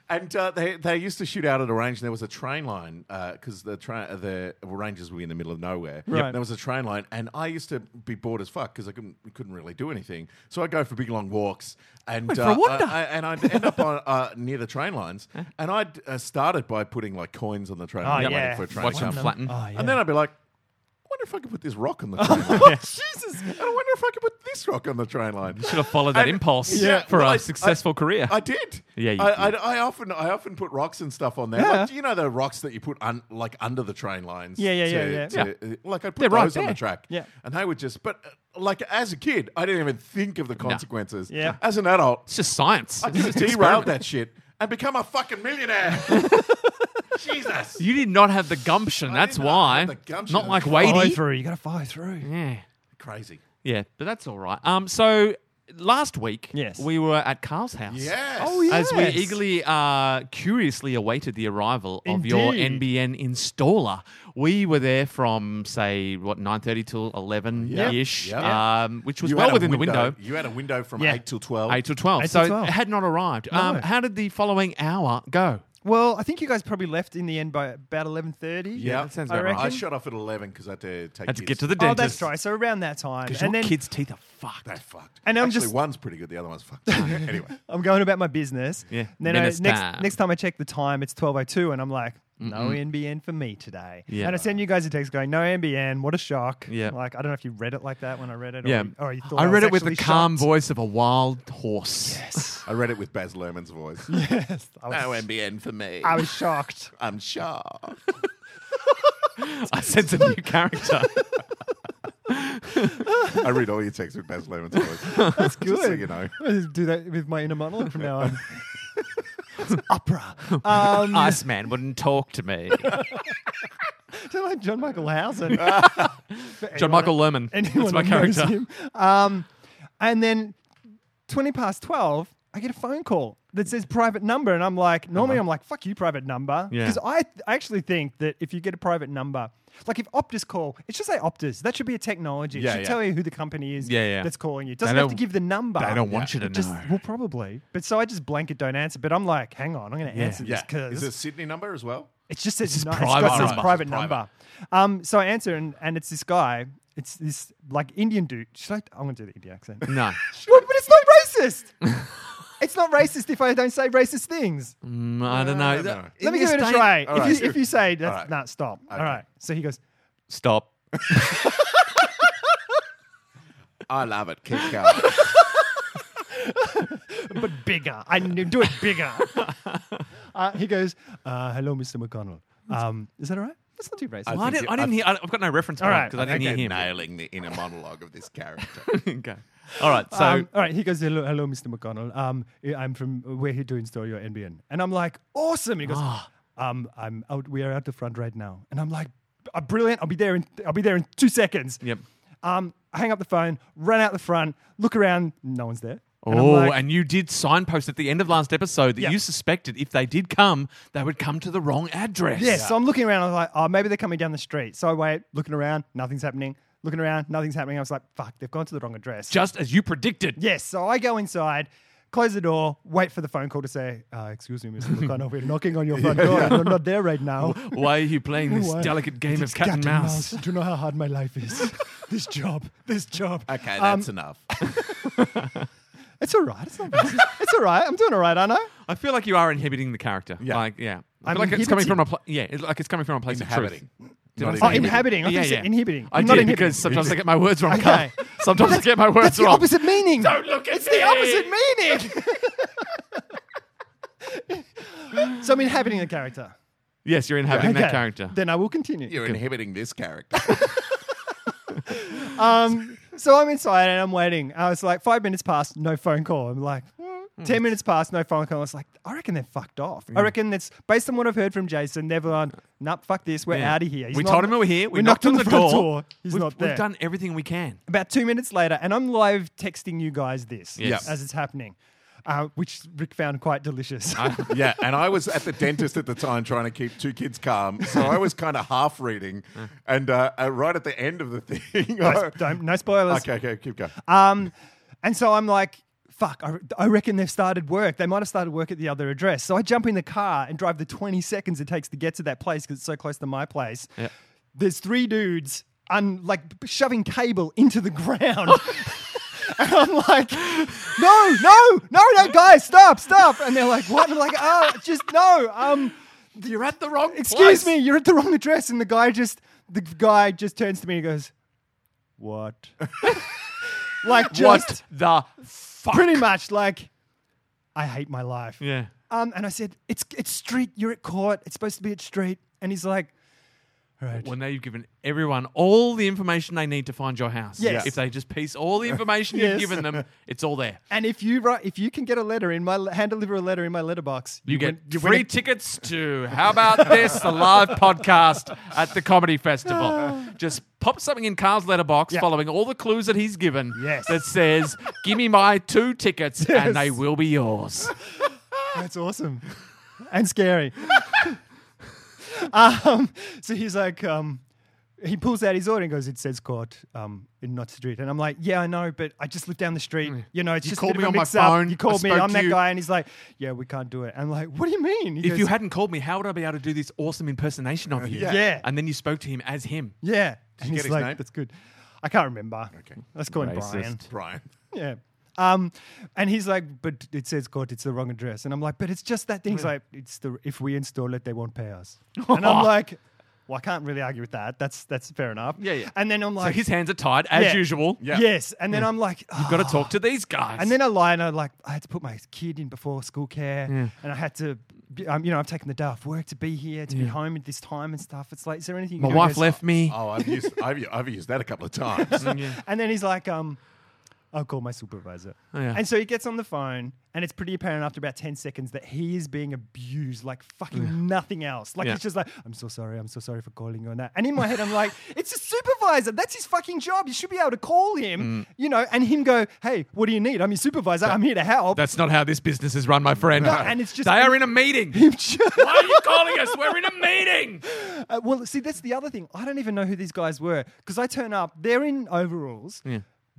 And uh, they they used to shoot out at a range, and there was a train line because the train the ranges were in the middle of nowhere. Right. There was a train line, and I used to be bored as fuck because I couldn't couldn't really do anything. So I'd go for big long walks, and Went for uh, a wander. I- I- and I'd end up on, uh, near the train lines, and I'd uh, started by putting like coins on the train line, Oh, yeah. waiting for a train to Watch come. them flatten. Oh, yeah. Oh, And then I'd be like, wonder if I could put this rock on the train line. Jesus. I wonder if I could put this rock on the train line. Should have followed that And- impulse Yeah, for well, I- a successful career. I did. Yeah, you I, I, I often I often put rocks and stuff on there. Yeah. Like, you know the rocks that you put un, like under the train lines. Yeah, yeah, yeah, yeah. to- to- Like I put They're right those on there. the track. Yeah. and they would just. But uh, like as a kid, I didn't even think of the consequences. Yeah. As an adult, it's just science. I could have It's an derailed experiment. that shit and become a fucking millionaire. Jesus. You did not have the gumption. I That's did not why. have the gumption. Not like Follow Wadey. through. You got to follow through. Yeah. Crazy. Yeah, but that's all right. Um, so last week, Yes. we were at Carl's house. Yes. Oh, yeah. As we Yes. eagerly, uh, curiously awaited the arrival of your Indeed. NBN installer, we were there from say what nine thirty till eleven ish, Yep. um, which was You had well a within the window. You had a window from Yeah. eight till twelve. Eight till twelve, 8 so till 12. it had not arrived. Um, how did the following hour go? Well, I think you guys probably left in the end by about 11.30. Yeah, that sounds I about right. I reckon. shot off at eleven because I had to take. Had to kids. get to the Oh, dentist. that's right. So around that time. Because And your then kids' teeth are fucked. They fucked. And I'm Actually, just- one's pretty good. The other one's fucked. anyway, I'm going about my business. Yeah. And then I, Menace next time. next time I check the time, it's 12.02 and I'm like, no NBN for me today. Yeah. And I send you guys a text going, no NBN. What a shock. Yeah. Like, I don't know if you read it like that when I read it. Yeah, Or, or oh, you thought I read was it with the actually calm shocked. voice of a wild horse. I read it with Baz Luhrmann's voice. Yes. I was, MBN for me. I was shocked. I'm sure. I sense a new character. I read all your texts with Baz Luhrmann's voice. That's good. Just so good. you know. I'm gonna do that with my inner monologue from now on. It's opera. Um, Iceman wouldn't talk to me. sound like John Michael Housen. John Michael Lerman. Anyone That's my who knows character. him. Um, and then 20 past 12, I get a phone call that says private number. And I'm like, normally I'm like, fuck you, private number. Uh-huh. Yeah. Because I, I actually think that if you get a private number, like if Optus call, it should say Optus. That should be a technology. It Yeah, should yeah. tell you who the company is Yeah, yeah. that's calling you. It doesn't They have to don't- give the number. They don't want you to know. Just, well, probably. But so I just blanket don't answer. But I'm like, hang on, I'm going to answer this Yeah. because Is it a Sydney number as well? it just says is no, it's private. got- it says Alright. private Private. number. Um, so I answer, and, and it's this guy. It's this like Indian dude. Should I? I'm gonna do the Indian accent. No. What? But it's not racist. it's not racist if I don't say racist things. Mm, I don't know. I don't know. In Let me this give it a day- try. Alright. If, you, if you say that's Alright. nah, stop. Okay. All right. So he goes. Stop. I love it. Keep going. but bigger. I knew, do it bigger. uh, he goes, uh, hello, Mr. McConnell. Um, is that all right? That's not too racist. I Well, I, think did, you- I didn't hear. I- I've got no reference All point right. because I didn't Okay. hear him. Nailing the inner monologue of this character. okay. All right. So Um, all right, he goes, hello, hello Mr. McConnell. Um, I- I'm from where here to install your NBN. And I'm like, awesome. He goes, Ah. um, I'm out. We are out the front right now. And I'm like, "Ah, brilliant. I'll be there in, I'll be there in two seconds. Yep. Um, I hang up the phone, run out the front, look around. No one's there. And I'm oh, like, and you did signpost at the end of last episode that Yeah. you suspected if they did come, they would come to the wrong address. Yeah, so I'm looking around. I'm like, oh, maybe they're coming down the street. So I wait, looking around, nothing's happening. Looking around, nothing's happening. I was like, fuck, they've gone to the wrong address. Just as you predicted. yes, so I go inside, close the door, wait for the phone call to say, uh, excuse me, Mr. McConnell, we're knocking on your front door and you're not there right now. Why are you playing this Why? delicate game of It's cat, and mouse? Do you know how hard my life is? this job, this job. Um, Okay, that's enough. It's all right. It's not racist. It's all right. I'm doing all right, aren't I? I feel like you are inhibiting the character. Yeah. Like, yeah. I I'm feel like it's coming inhibiting. from a pla- yeah, it's like it's coming from a place Inhabiting. of truth. Did I Not say Oh, even- inhabiting. I Yeah, think you said yeah. inhibiting. I I'm not did inhibiting. because sometimes I get my words wrong. Okay. Carl. Sometimes I get my words That's the wrong. opposite meaning. Don't look at It's the opposite meaning. so I'm inhabiting the character. Yes, you're inhabiting Okay. that character. Then I will continue. You're inhibiting this character. Um, so I'm inside and I'm waiting. I was like, five minutes past, no phone call. I'm like, Hmm. ten minutes past, no phone call. I was like, I reckon they're fucked off. I reckon that's based on what I've heard from Jason. Neverland, nup, fuck this. We're Yeah. out of here. He's we not- told him we were here. We, knocked, on the, front door. He's we've, not there. We've done everything we can. about two minutes later, and I'm live texting you guys this Yes. as it's happening, uh, which Rick found quite delicious. yeah, and I was at the dentist at the time trying to keep two kids calm, so I was kind of half reading, and uh, uh, right at the end of the thing, I- Don't- don't- no spoilers. okay, okay, keep going. Um, and so I'm like, fuck, I, I reckon they've started work. They might have started work at the other address. So I jump in the car and drive the 20 seconds it takes to get to that place because it's so close to my place. Yeah. There's three dudes, un, like shoving cable into the ground. And I'm like, ah, no, no, no, no, guys, stop, stop. And they're like, what? And I'm like, oh, just no. Um, You're at the wrong Excuse place. me, you're at the wrong address. And the guy just the guy just turns to me and goes, What? like just What the fuck? pretty much like I hate my life. Yeah. Um and I said, It's it's street, you're at court, it's supposed to be at street. And he's like, "All Right. Well, now you've given everyone all the information they need to find your house. Yes. If they just piece all the information Yes. you've given them, it's all there. And if you write, if you can get a letter in my hand deliver a letter in my letterbox, You, get win- you win free a- tickets to How About This, the live podcast at the Comedy Festival. Just pop something in Carl's letterbox following all the clues that he's given Yes. that says, Give me my two tickets Yes. and they will be yours. That's awesome and scary. um, so he's like, um, he pulls out his order and goes, "It says court, um, in not street." And I'm like, "Yeah, I know, but I just looked down the street. You know, it's Mm. You just a called bit me of a on my mix-up. phone. You I called me. spoke I'm to that you." guy." And he's like, "Yeah, we can't do it." I'm like, "What do you mean?" He If goes, you hadn't called me, how would I be able to do this awesome impersonation of you? Yeah. Yeah. And then you spoke to him as him. yeah, and you get he's his like, name? "That's good." I can't remember. Okay, let's call him Brian. Brian. Yeah. Um, and he's like, but it says court, it's the wrong address. And I'm like, but it's just that thing. He's like, it's the if we install it, they won't pay us. and I'm like, well, I can't really argue with that. That's that's fair enough. Yeah, yeah. And then I'm So like, his hands are tied, as Yeah. usual. Yeah. yes. And then I'm like, "Ah." You've got to talk to these guys. And then I lie and I like, I had to put my kid in before school care, and I had to, be- um, you know, I've taken the day off work to be here, to be home at this time and stuff. It's like, is there anything? you my can do? He wife goes, left me. Oh, I've used I've, I've used that a couple of times. Mm, And then he's like, um, I'll call my supervisor. Oh, yeah. And so he gets on the phone, and it's pretty apparent after about 10 seconds that he is being abused like fucking nothing else. Like, Yeah. he's just like, I'm so sorry, I'm so sorry for calling you on that. And in my head, I'm like, it's a supervisor. That's his fucking job. You should be able to call Mm. him, you know, and him go, hey, what do you need? I'm your supervisor. I'm here to help. That's not how this business is run, my friend. No, and it's just- they are in a meeting. Him just- Why are you calling us? We're in a meeting. Uh, well, see, that's the other thing. I don't even know who these guys were because I turn up, they're in overalls.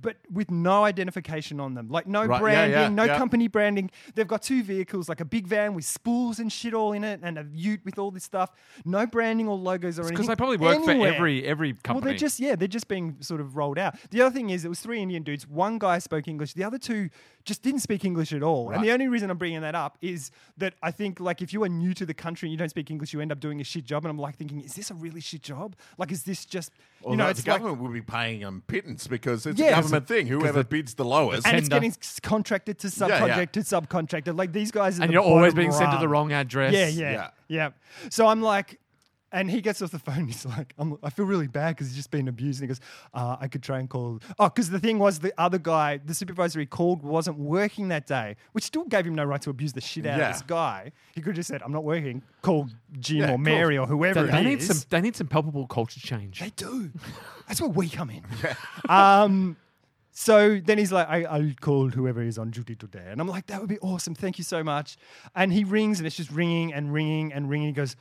But with no identification on them, like no Right, yeah, branding, yeah, no yeah. company branding. They've got two vehicles, like a big van with spools and shit all in it, and a ute with all this stuff. No branding or logos or anything. Because they probably work anywhere. for every every Well, company. they're just yeah, they're just being sort of rolled out. The other thing is, it was three Indian dudes. One guy spoke English. The other two just didn't speak English at all. And the only reason I'm bringing that up is that I think like if you are new to the country and you don't speak English, you end up doing a shit job. And I'm like thinking, is this a really shit job? Like, is this just you Although know, the it's like government will be paying them pittance because it's Yeah. a government thing. Whoever the- bids the lowest. and it's tender. getting s- contracted to subcontract yeah. to subcontractor. Like these guys, are and the you're always bottom being sent to the rung. wrong address. Yeah, yeah, yeah, Yeah. So I'm like, and he gets off the phone. He's like, I'm, I feel really bad because he's just been abused. And he goes, uh, I could try and call. Oh, because the thing was, the other guy, the supervisor he called, wasn't working that day, which still gave him no right to abuse the shit out Yeah. of this guy. He could have just said, I'm not working. Call Jim Yeah, or Mary or whoever They, it they need is. some. They need some palpable culture change. They do. That's where we come in. Um, so then he's like, I, I'll call whoever is on duty today. And I'm like, that would be awesome. Thank you so much. And he rings and it's just ringing and ringing and ringing. He goes,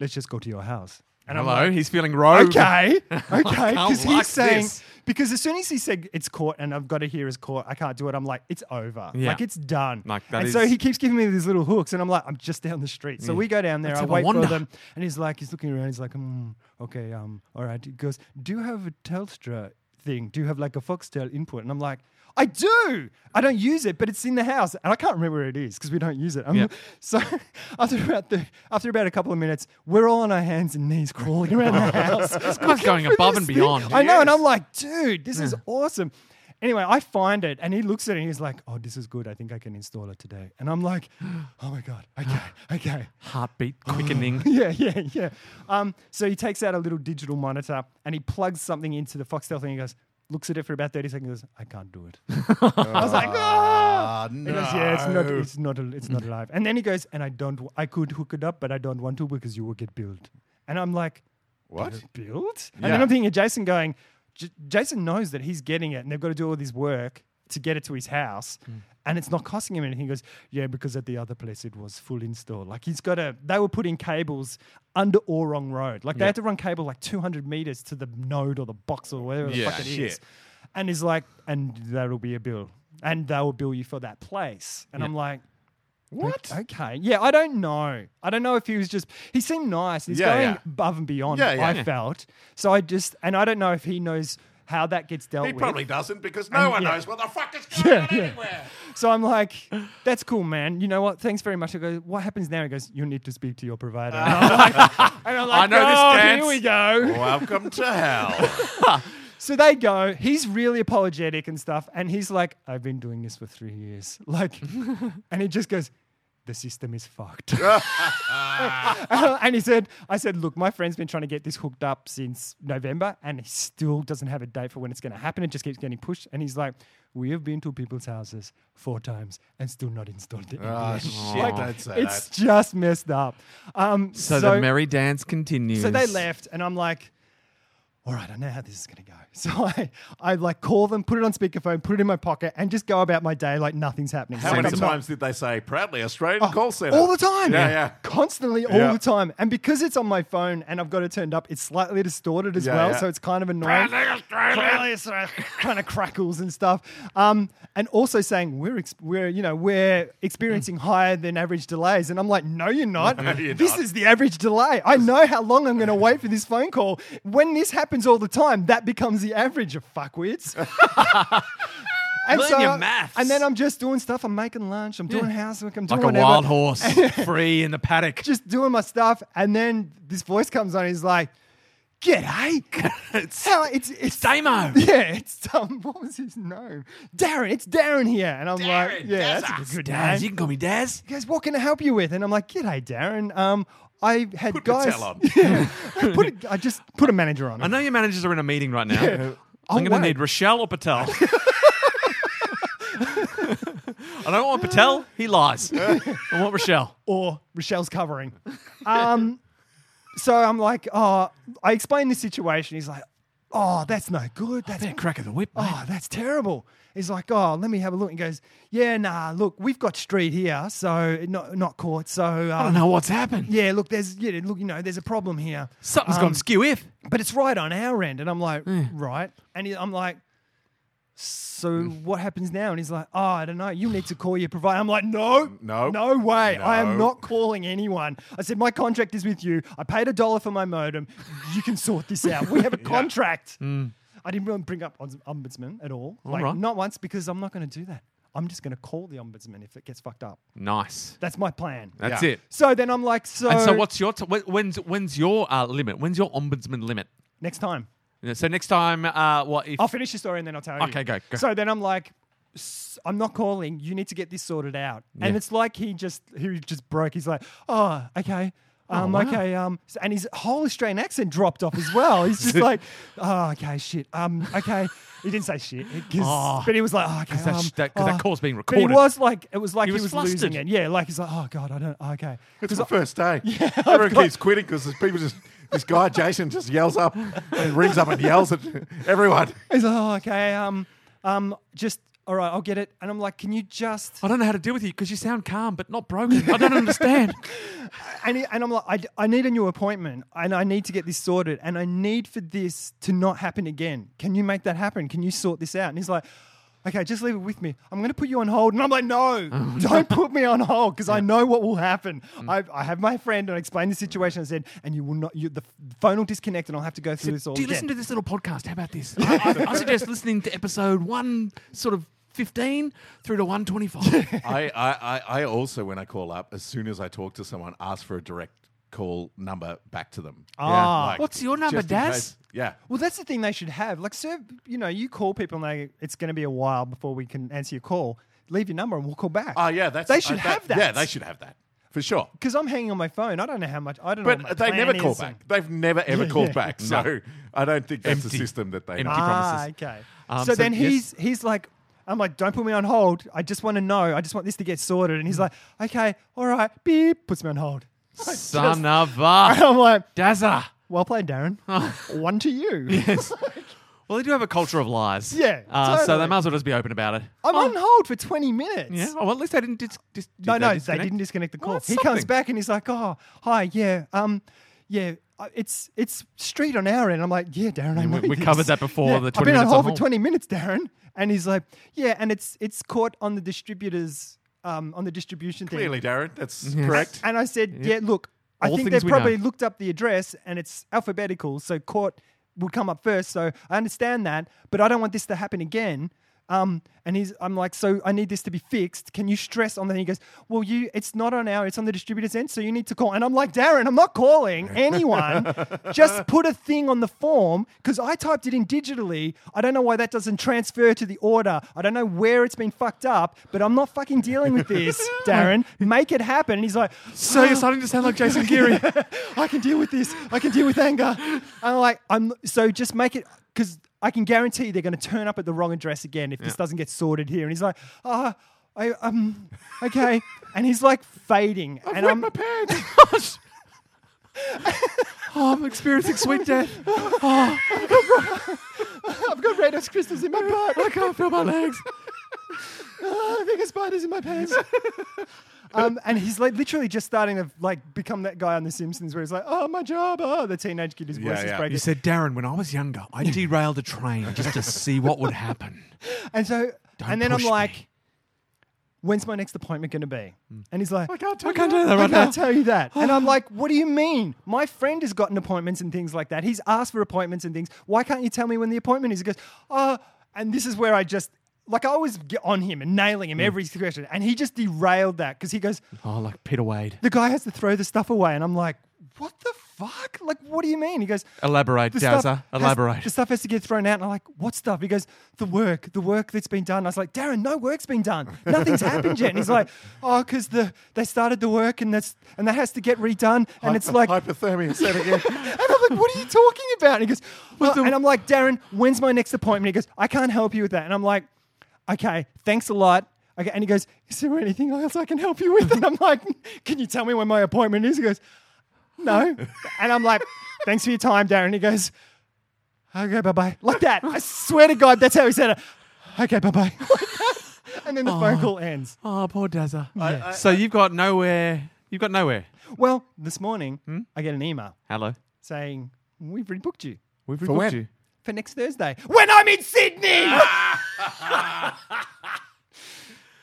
let's just go to your house. And Hello, I'm like, he's feeling rogue. okay, okay. Because like he's saying, this. because as soon as he said it's court and I've got to hear his court, I can't do it. I'm like, it's over. Yeah. Like, it's done. Like, that and so is- he keeps giving me these little hooks and I'm like, I'm just down the street. So we go down there. Let's I have a wait for wander. them. And he's like, he's looking around. He's like, mm, okay, um, all right. He goes, do you have a Telstra thing? Do you have like a Foxtel input? And I'm like, I do. I don't use it, but it's in the house, and I can't remember where it is because we don't use it. Um, Yeah. So after about the after about a couple of minutes, we're all on our hands and knees crawling around the house. This guy's going above and beyond. I know, and I'm like, dude, this is awesome. Anyway, I find it, and he looks at it, and he's like, "Oh, this is good. I think I can install it today." And I'm like, "Oh my god, okay, okay." Heartbeat quickening. yeah, yeah, yeah. Um, so he takes out a little digital monitor and he plugs something into the Foxtel thing. He goes, looks at it for about 30 seconds, goes, I can't do it. I was like, Ah, ah! He no. goes, yeah, it's not, it's not, al- it's not alive. And then he goes, and I don't, w- I could hook it up, but I don't want to because you will get billed. And I'm like, what? billed? And then Yeah. I'm thinking of Jason going, J- Jason knows that he's getting it and they've got to do all this work to get it to his house Hmm. and it's not costing him anything. He goes, Yeah, because at the other place it was full install. Like he's got a, they were putting cables under Orong Road. Like they had to run cable like 200 meters to the node or the box or whatever the Yeah, fuck it is. shit. And he's like, And that'll be a bill. And they will bill you for that place. And I'm like, What? Okay. Yeah, I don't know. I don't know if he was just he seemed nice. He's Yeah, going yeah. above and beyond, Yeah, yeah. I felt. So I just and I don't know if he knows how that gets dealt He with. probably doesn't because no one yeah. knows what the fuck is going Yeah, on yeah. anywhere. So I'm like, that's cool, man. You know what? Thanks very much. I go, what happens now? He goes, you need to speak to your provider. And I'm like, and I'm like, I know this "Oh, dance." Here we go. Welcome to hell. So they go, he's really apologetic and stuff. And he's like, I've been doing this for three years. Like, and he just goes, the system is fucked. and he said, I said, look, my friend's been trying to get this hooked up since November and he still doesn't have a date for when it's going to happen. It just keeps getting pushed. And he's like, we have been to people's houses four times and still not installed it. Oh, shit, don't say it's that. just messed up. Um, So, the merry dance continues. so they left, and I'm like, all right, I know how this is going to go. So I, I like call them, put it on speakerphone, put it in my pocket, and just go about my day like nothing's happening. How Like, many I'm not- times did they say proudly Australian call center? Oh, All the time. Yeah, yeah. Constantly, all Yeah. the time. And because it's on my phone and I've got it turned up, it's slightly distorted as Yeah, well. yeah. So it's kind of annoying. Clearly, it's kind of crackles and stuff. Um, and also saying we're ex- we're you know we're experiencing Mm. higher than average delays, and I'm like, no, you're not. you're this not. is the average delay. I know how long I'm going to wait for this phone call. When this happens all the time, that becomes the average of fuckwits. and Learn your maths. And then I'm just doing stuff. I'm making lunch. I'm doing housework. I'm doing like a whatever wild horse, free in the paddock. just doing my stuff, and then this voice comes on. He's like, "G'day, it's How, it's it's Damo. Yeah, it's um, what was his name? Darren. It's Darren here, and I'm like, yeah, that's a good Daz, you can name. call me Daz. He goes, what can I help you with? And I'm like, "G'day, Darren. Um, I had Put guys. Patel on. Yeah, I put a, I just put a manager on. I know your managers are in a meeting right now. I'll I'm going to Oh, wait. need Rochelle or Patel. I don't want Patel. He lies. I want Rochelle. or Rochelle's covering. Um, so I'm like, oh, I explained the situation. He's like, oh, that's no good. That's They're crack of the whip. mate. Oh, that's terrible. He's like, oh, let me have a look. And goes, yeah, nah, look, we've got street here, so not not court. So um, I don't know what's happened. Yeah, look, there's yeah, look, you know, there's a problem here, Something's Um, gone skew if. but it's right on our end. And I'm like, right. And he, I'm like, so what happens now? And he's like, oh, I don't know. You need to call your provider. I'm like, no, No. no way. I am No. not calling anyone. I said my contract is with you. I paid a dollar for my modem. You can sort this out. We have a contract. I didn't really bring up Ombuds- ombudsman at all. like Hmm. right. not once because I'm not going to do that. I'm just going to call the ombudsman if it gets fucked up. Nice. That's my plan. That's Yeah. it. So then I'm like, so, And so, what's your t- wh- when's when's your uh, limit? When's your ombudsman limit? next time? You know, So next time, uh, what if? I'll finish the story and then I'll tell you. Okay, go, go. So then I'm like, "S- I'm not calling. You need to get this sorted out. And Yeah. it's like he just he just broke. He's like, oh, okay. Um, wow. okay, um, s- and his whole Australian accent dropped off as well. He's just like, oh, okay, shit, um, okay. He didn't say shit, it- 'cause- Oh. but he was like, oh, okay, 'Cause that um, sh- that- 'cause that oh." call's being But recorded. it was like, it was like he, He was, was losing flustered. it. Yeah, like he's like, oh god, I don't, okay. It's 'Cause the I- first day. I've Everyone got- keeps quitting because people just. This guy Jason just yells up and rings up and yells at everyone. He's like, oh, okay, um, um, just all right, I'll get it. And I'm like, can you just I don't know how to deal with you because you sound calm but not broken. I don't understand. and, he- and I'm like, I, d- I need a new appointment and I need to get this sorted and I need for this to not happen again. Can you make that happen? Can you sort this out? And he's like, okay, just leave it with me. I'm going to put you on hold. And I'm like, no, don't put me on hold because I know what will happen. Mm. I, I have my friend and I explained the situation. I said, and you will not, you, the f- phone will disconnect and I'll have to go through this all Do you again. listen to this little podcast? How about this? I, I- I suggest listening to episode one, sort of fifteen through to one twenty-five. I, I, I, I also, when I call up, as soon as I talk to someone, ask for a direct call number back to them. Ah. What's your number, just in Daz? case- Yeah. Well, that's the thing they should have. Like, sir, you know, you call people and they, it's going to be a while before we can answer your call. Leave your number and we'll call back. Oh, yeah. That's they I- should have that. Yeah, they should have that for sure. because I'm hanging on my phone. I don't know how much. I don't know. But what they my never plan call is back. and- They've never ever Yeah, called yeah. back. So I don't think that's the Empty. system that they Empty. have. Ah, promises. okay. Um, so, so then yes. he's he's like, I'm like, don't put me on hold. I just want to know. I just want this to get sorted. And he's like, okay, all right, beep, puts me on hold. Son of And a I'm like, Dazza. well played, Darren. One to you. Well, they do have a culture of lies. Yeah, Uh, So totally. they might as well just be open about it. Oh, I'm on hold for 20 minutes. Yeah. Oh, well, at least they didn't. Dis- dis- did No, no, disconnect? they didn't disconnect the call. Well, that's he comes something. back and he's like, "Oh, hi, yeah, um, yeah, uh, it's it's street on our end." I'm like, "Yeah, Darren, I know we this." covered that before, the I've 20 been on minutes on hold for hold. 20 minutes, Darren, and he's like, "Yeah, and it's it's caught on the distributors, um, on the distribution Clearly, thing." Darren, that's correct. And I said, "Yeah, look, I All think things they've we know. probably looked up the address and it's alphabetical, so court would come up first. So I understand that, but I don't want this to happen again. Um, and he's, I'm like, so I need this to be fixed. Can you stress on that? And he goes, well, you, it's not on our, it's on the distributor's end, so you need to call. And I'm like, Darren, I'm not calling anyone. Just put a thing on the form because I typed it in digitally. I don't know why that doesn't transfer to the order. I don't know where it's been fucked up, but I'm not fucking dealing with this, Darren. Make it happen. And he's like, So you're starting to sound like Jason Geary. I can deal with this. I can deal with anger. And I'm like, I'm so just make it because I can guarantee they're going to turn up at the wrong address again if this doesn't get sorted here. And he's like, ah, I um, okay. and he's like fading, and I'm my pants. oh, I'm experiencing sweet death. I've got red crystals in my butt. Ah, I can't feel my legs. I think a spider's in my pants. um, and he's like literally just starting to like become that guy on The Simpsons where he's like, oh, my job, oh, the teenage kid, his voice Yeah, is yeah. breaking. You said, Darren, when I was younger, I derailed a train just to see what would happen. And so, and then I'm push me. like, when's my next appointment going to be? And he's like, Hmm. I can't I can't do that I right can't now. tell you that. And I'm like, what do you mean? My friend has gotten appointments and things like that. He's asked for appointments and things. Why can't you tell me when the appointment is? He goes, oh, and this is where I just, like, I was get on him and nailing him every question. And he just derailed that because he goes, Oh, like Peter Wade. the guy has to throw the stuff away. And I'm like, what the fuck? Like, what do you mean? He goes, Elaborate, the Dowser. stuff has- Elaborate. the stuff has to get thrown out. And I'm like, what stuff? He goes, the work, the work that's been done. I was like, Darren, no work's been done. Nothing's happened yet. And he's like, oh, because the they started the work and that's and that has to get redone. And it's like, and hypothermia set again. I'm like, what are you talking about? And he goes, "Oh," and I'm like, Darren, when's my next appointment? He goes, I can't help you with that. And I'm like, okay, thanks a lot. Okay, and he goes, is there anything else I can help you with? And I'm like, can you tell me when my appointment is? He goes, no. And I'm like, thanks for your time, Darren. He goes, okay, bye bye. Like that. I swear to God, that's how he said it. Okay, bye bye. and then the phone call ends. Oh, poor Dazza. so you've got nowhere. You've got nowhere. Well, this morning, I get an email Hello. saying, we've rebooked you We've For when? you. for next Thursday when I'm in Sydney.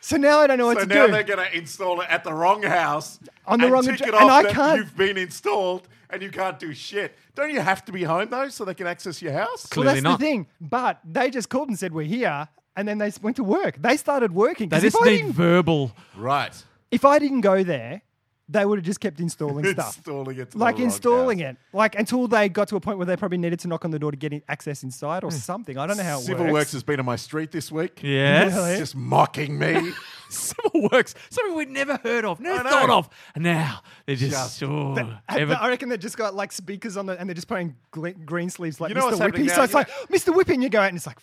so now I don't know what So to now do. they're going to install it at the wrong house On the and wrong tick address- it off and I that can't- You've been installed and you can't do shit. Don't you have to be home though so they can access your house? well, Clearly that's not. the thing. But they just called and said we're here, and then they s- went to work. They started working. They 'Cause if just I need didn't- verbal. Right. if I didn't go there, they would have just kept installing stuff. Installing it. To like the wrong installing house. it, like until they got to a point where they probably needed to knock on the door to get in access inside Hmm. or something. I don't know how it Civil works. works. has been on my street this week. Really? Yes. It's just mocking me. Civil works. Something we'd never heard of, never I know. thought of. And now they're just. Just- oh, Have- ever- I reckon they just got like speakers on the, and they're just playing gl- green sleeves like You know Mr. what's happening Whippy. So now, it's you like Mr. Whippy, and you go out and it's like,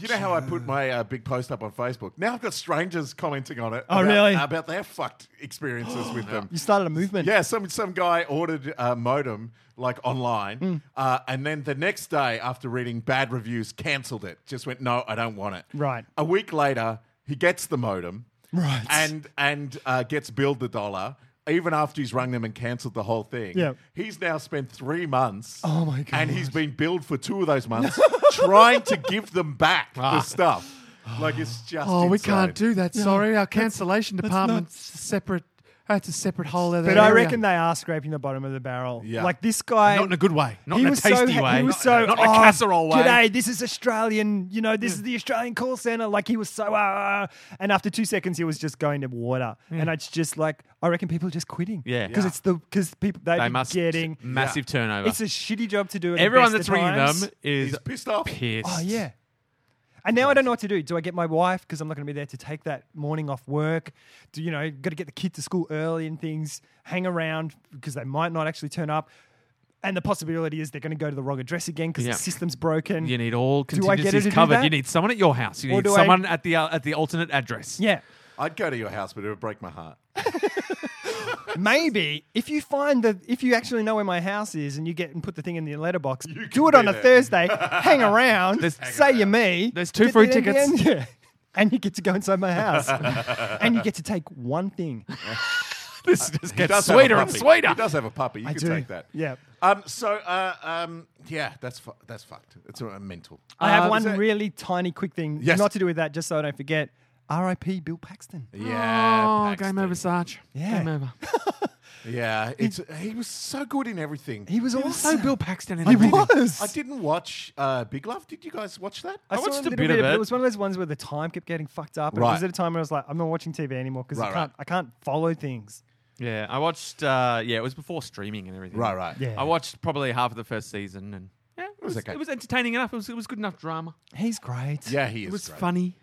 you know how I put my uh, big post up on Facebook? Now I've got strangers commenting on it. Oh, about- really? About their fucked experiences with them. You started a movement. Yeah, some some guy ordered a modem like online, Hmm. uh, and then the next day, after reading bad reviews, cancelled it. Just went, no, I don't want it. Right. A week later, he gets the modem, Right. and and uh, gets billed the dollar. Even after he's rung them and cancelled the whole thing, Yeah. he's now spent three months. Oh my God. And he's been billed for two of those months trying to give them back Ah. the stuff. Like it's just Oh, we insane. can't do that. Sorry, our cancellation department's separate. That's a separate whole other. But I area. reckon they are scraping the bottom of the barrel. Yeah. Like this guy. not in a good way, not he in a was so, tasty ha- way, He was not- so, not in a "Oh, casserole way." G'day, this is Australian. You know, this is the Australian call center. Like he was so. Uh, and after two seconds, he was just going to water. And it's just like I reckon people are just quitting. Hmm. Yeah. Because Yeah. it's the because people they're they must getting. massive turnover. It's a shitty job to do. At the Everyone that's best of ringing times. them is He's pissed off. pissed. Oh yeah. And now I don't know what to do. Do I get my wife because I'm not going to be there to take that morning off work? Do you know? Got to get the kid to school early and things. Hang around because they might not actually turn up. And the possibility is they're going to go to the wrong address again because Yeah. the system's broken. You need all Do I get her contingencies to do covered. that? You need someone at your house. You Or need do I- someone at the uh, at the alternate address. yeah, I'd go to your house, but it would break my heart. maybe if you find that if you actually know where my house is and you get and put the thing in the letterbox, do can it on be a there. Thursday. hang around, hang say you're me. There's two Get free there in the tickets. end, yeah. and you get to go inside my house, and you get to take one thing. This just He gets does have a sweeter and puppy. sweeter. He does have a puppy. You I can do. take that. Yeah. Um. So. Uh. Um. Yeah. That's fu- that's fucked. It's uh, mental. I have Um, one is it- really tiny quick thing, Yes. not to do with that, just so I don't forget. R.I.P. Bill Paxton. Yeah. oh, game Paxton. over, Sarge. Yeah. Game over. Yeah, it's he was so good in everything. He was He was so awesome. Bill Paxton in He everything. was. I didn't watch uh, Big Love. Did you guys watch that? I saw watched a little bit of but it. It was one of those ones where the time kept getting fucked up. And It was Right. at a time where I was like, I'm not watching TV anymore because I Right, can't. I can't follow things. Yeah, I watched. Uh, yeah, it was before streaming and everything. Right, right. Yeah. I watched probably half of the first season, and yeah, it was, okay. it was entertaining enough. It was, it was good enough drama. He's great. Yeah, he is. It was great. funny.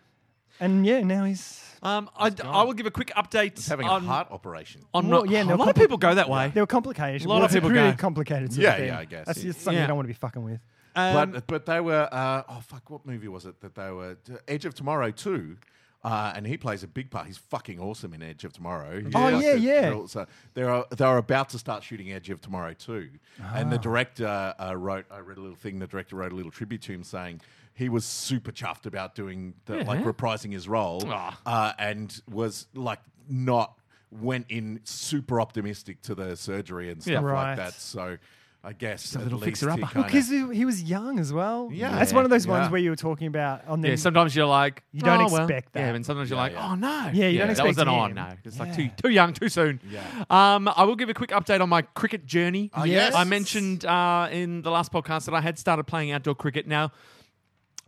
And yeah, now he's. Um, I, I will give a quick update He's having on, a heart operation. on Well, not- yeah, a no, lot of compli- people go that way. There were complications. Lot of Well, it's people pretty go- complicated. sort of Yeah, thing. yeah, I guess. That's just something Yeah. you don't want to be fucking with. Um, but but they were uh, oh fuck what movie was it that they were Edge of Tomorrow too. Uh, and he plays a big part. He's fucking awesome in Edge of Tomorrow. He's Oh, like yeah, the- yeah. they're all- So they're uh, they're about to start shooting Edge of Tomorrow too. And the director uh, wrote. I read a little thing. The director wrote a little tribute to him saying he was super chuffed about doing the, like reprising his role, Aw. uh, and was like not went in super optimistic to the surgery and stuff Yeah. Right. like that. So I guess at little least he fixer-upper. kinda- Because he, he was young as well. Yeah. That's one of those ones Yeah. where you were talking about on the. yeah, sometimes you're like, You don't "Oh, well." expect that. Yeah, and sometimes you're Yeah, like, yeah. oh no. Yeah, you don't That was expect an it oh in. no. It's like too Yeah. too young, too soon. Yeah. Um, I will give a quick update on my cricket journey. Oh, yes. I mentioned uh, in the last podcast that I had started playing outdoor cricket. Now,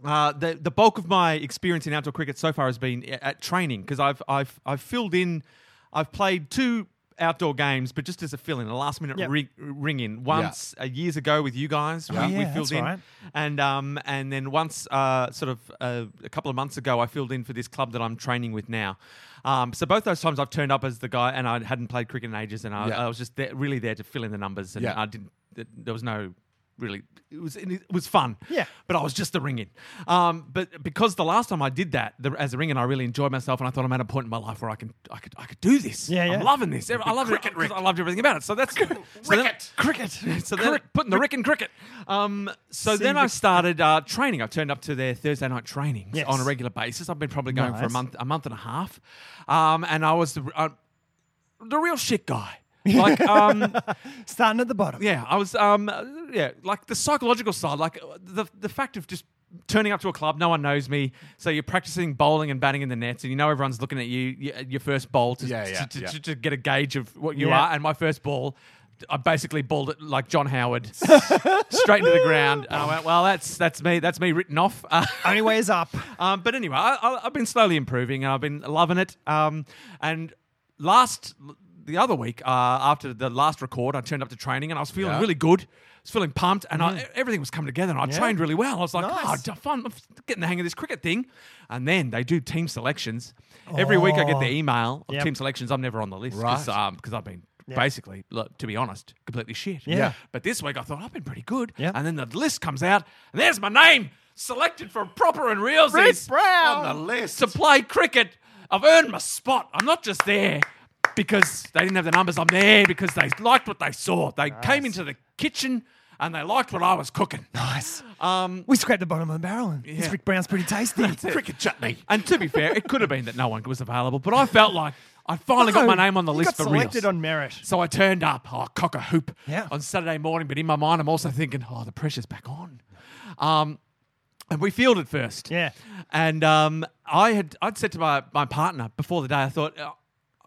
uh, the the bulk of my experience in outdoor cricket so far has been a- at training because I've I've I've filled in, I've played two outdoor games, but just as a fill in, a last minute Yep. ring, ring in once uh, years ago with you guys. Oh, we, we yeah, filled that's in, right. and um and then once uh sort of uh, a couple of months ago, I filled in for this club that I'm training with now. Um, so both those times I've turned up as the guy, and I hadn't played cricket in ages, and I, Yeah. I was just there, really there to fill in the numbers, and Yeah. I didn't. th- There was no really. It was it was fun. Yeah. But I was just the ring in. Um, but because the last time I did that the, as a ring in, I really enjoyed myself, and I thought I'm at a point in my life where I can I could I could do this. Yeah, I'm yeah. loving this. I love cricket. I loved everything about it. So that's so then- Cricket. cricket. So then putting the rick in cricket. Um, so See, then I Rick- started uh, training. I turned up to their Thursday night trainings Yes. on a regular basis. I've been probably going for a Nice. month, a month and a half, um, and I was the, uh, the real shit guy. Like, um, Starting at the bottom. yeah, I was, um, uh, yeah, like the psychological side, like uh, the the fact of just turning up to a club, no one knows me, so you're practicing bowling and batting in the nets, and you know everyone's looking at you, y- at your first bowl to, Yeah, yeah, to, to, yeah. to- to get a gauge of what you Yeah. are. And my first ball, I basically balled it like John Howard, straight into the ground, and I went, well, that's that's me, that's me written off. Uh, Only way is up. um, but anyway, I, I, I've been slowly improving and I've been loving it. Um, and last, the other week, uh, after the last record, I turned up to training and I was feeling Yeah. really good. I was feeling pumped and I, everything was coming together and I trained really well. I was like, Mm. Nice. oh, d- fun, I'm getting the hang of this cricket thing. And then they do team selections. Every week I get the email of Oh. Yep. team selections. I'm never on the list because Right. I've been. Basically, look, to be honest, completely shit. Yeah. But this week I thought I've been pretty good. Yeah. And then the list comes out, and there's my name selected for proper and real Rick Brown. on the list. to play cricket. I've earned my spot. I'm not just there because they didn't have the numbers. I'm there because they liked what they saw. They came into the kitchen and they liked what I was cooking. Nice. Um, we scraped the bottom of the barrel, and this Rick Brown's pretty tasty. cricket chutney. And to be fair, it could have been that no one was available, but I felt like I finally got my name on the You list got for selected real. on merit. so I turned up, oh, cock a hoop Yeah. on Saturday morning. But in my mind, I'm also thinking, oh, the pressure's back on. Um, and we fielded first. Yeah. And um, I had I'd said to my, my partner before the day, I thought, "Uh,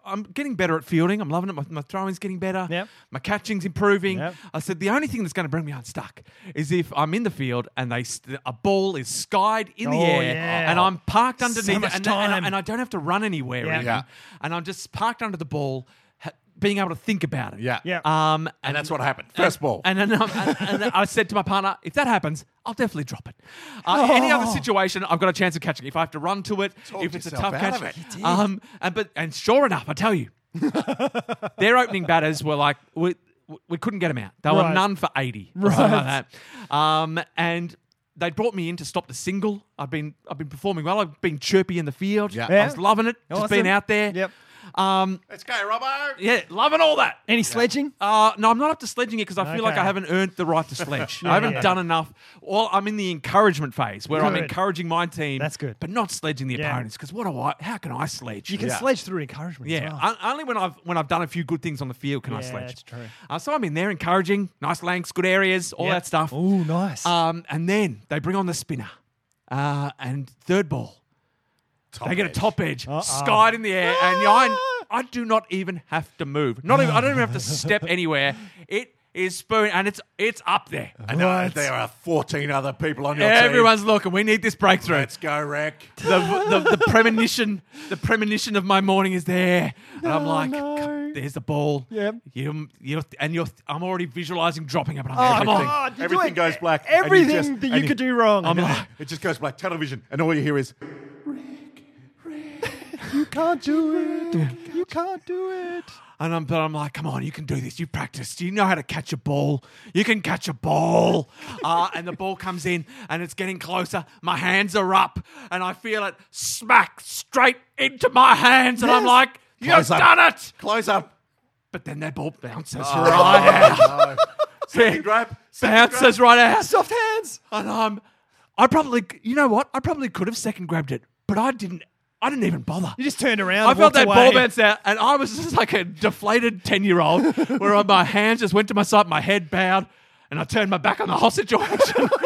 I'm getting better at fielding. I'm loving it. My, my throwing's getting better. Yep. My catching's improving. Yep. I said, the only thing that's going to bring me unstuck is if I'm in the field and they st- a ball is skied in the Oh, air yeah. and I'm parked underneath much it and, and, time. I, and I don't have to run anywhere. Yeah. even. Yeah. And I'm just parked under the ball, ha- being able to think about it. Yeah. Yeah. Um, And that's what happened. First ball. and then, um, and, and then I said to my partner, if that happens, I'll definitely drop it. Uh, Any other situation, I've got a chance of catching. it. If I have to run to it, Talked if it's a Oh. yourself tough out catch, of it. You did. um, and but and sure enough, I tell you, their opening batters were like we we couldn't get them out. They were Right. none for eighty, or something like that. Um, and they brought me in to stop the single. I've been I've been performing well. I've been chirpy in the field. Yeah. I was Yeah. loving it. Just being Awesome. out there. Yep. Um, Let's go, Robbo. yeah, loving all that. Any sledging? Uh, no, I'm not up to sledging it because I feel like Okay. I haven't earned the right to sledge. I haven't yeah. done enough. Well, I'm in the encouragement phase where I'm Good. encouraging my team. That's good. But not sledging the Yeah. opponents because what do I? How can I sledge? You can Yeah. sledge through encouragement. as yeah, uh, well. on- only when I've when I've done a few good things on the field can I Yeah, sledge. that's true. Uh, so I'm in there encouraging, nice lengths, good areas, all Yep. that stuff. Ooh, nice. Um, and then they bring on the spinner, uh, and third ball, Top they get a edge. top edge, skied in the air, and I, I do not even have to move. Not even I don't even have to step anywhere. It is spoon and it's it's up there. And uh, there are 14 other people on your Everyone's looking. We need this team. breakthrough. Let's go, Rec. The, the, the premonition, the premonition of my morning is there, and I'm like, no. "Come, there's the ball. Yep. You, you, and you're. I'm already visualizing dropping up. And Oh, I'm like, come Everything. on. God, you do Everything it- goes black, and you Everything just- that and you you- could do wrong. I'm And like, It just goes black television, and all you hear is, you can't do it. You can't do it. and I'm, but I'm like, come on, you can do this. You practiced. You know how to catch a ball. You can catch a ball. Uh, and the ball comes in, and it's getting closer. My hands are up, and I feel it smack straight into my hands, and I'm Yes. like, you've Close up. done it. close up. But then that ball bounces Oh. right out. Second grab. Second grab. bounces right out. Soft hands. And I'm, I probably, you know what? I probably could have second grabbed it, but I didn't. I didn't even bother. You just turned around. I and felt walked that away. ball bounce out, and I was just like a deflated ten-year-old, where my hands just went to my side, my head bowed, and I turned my back on the whole situation.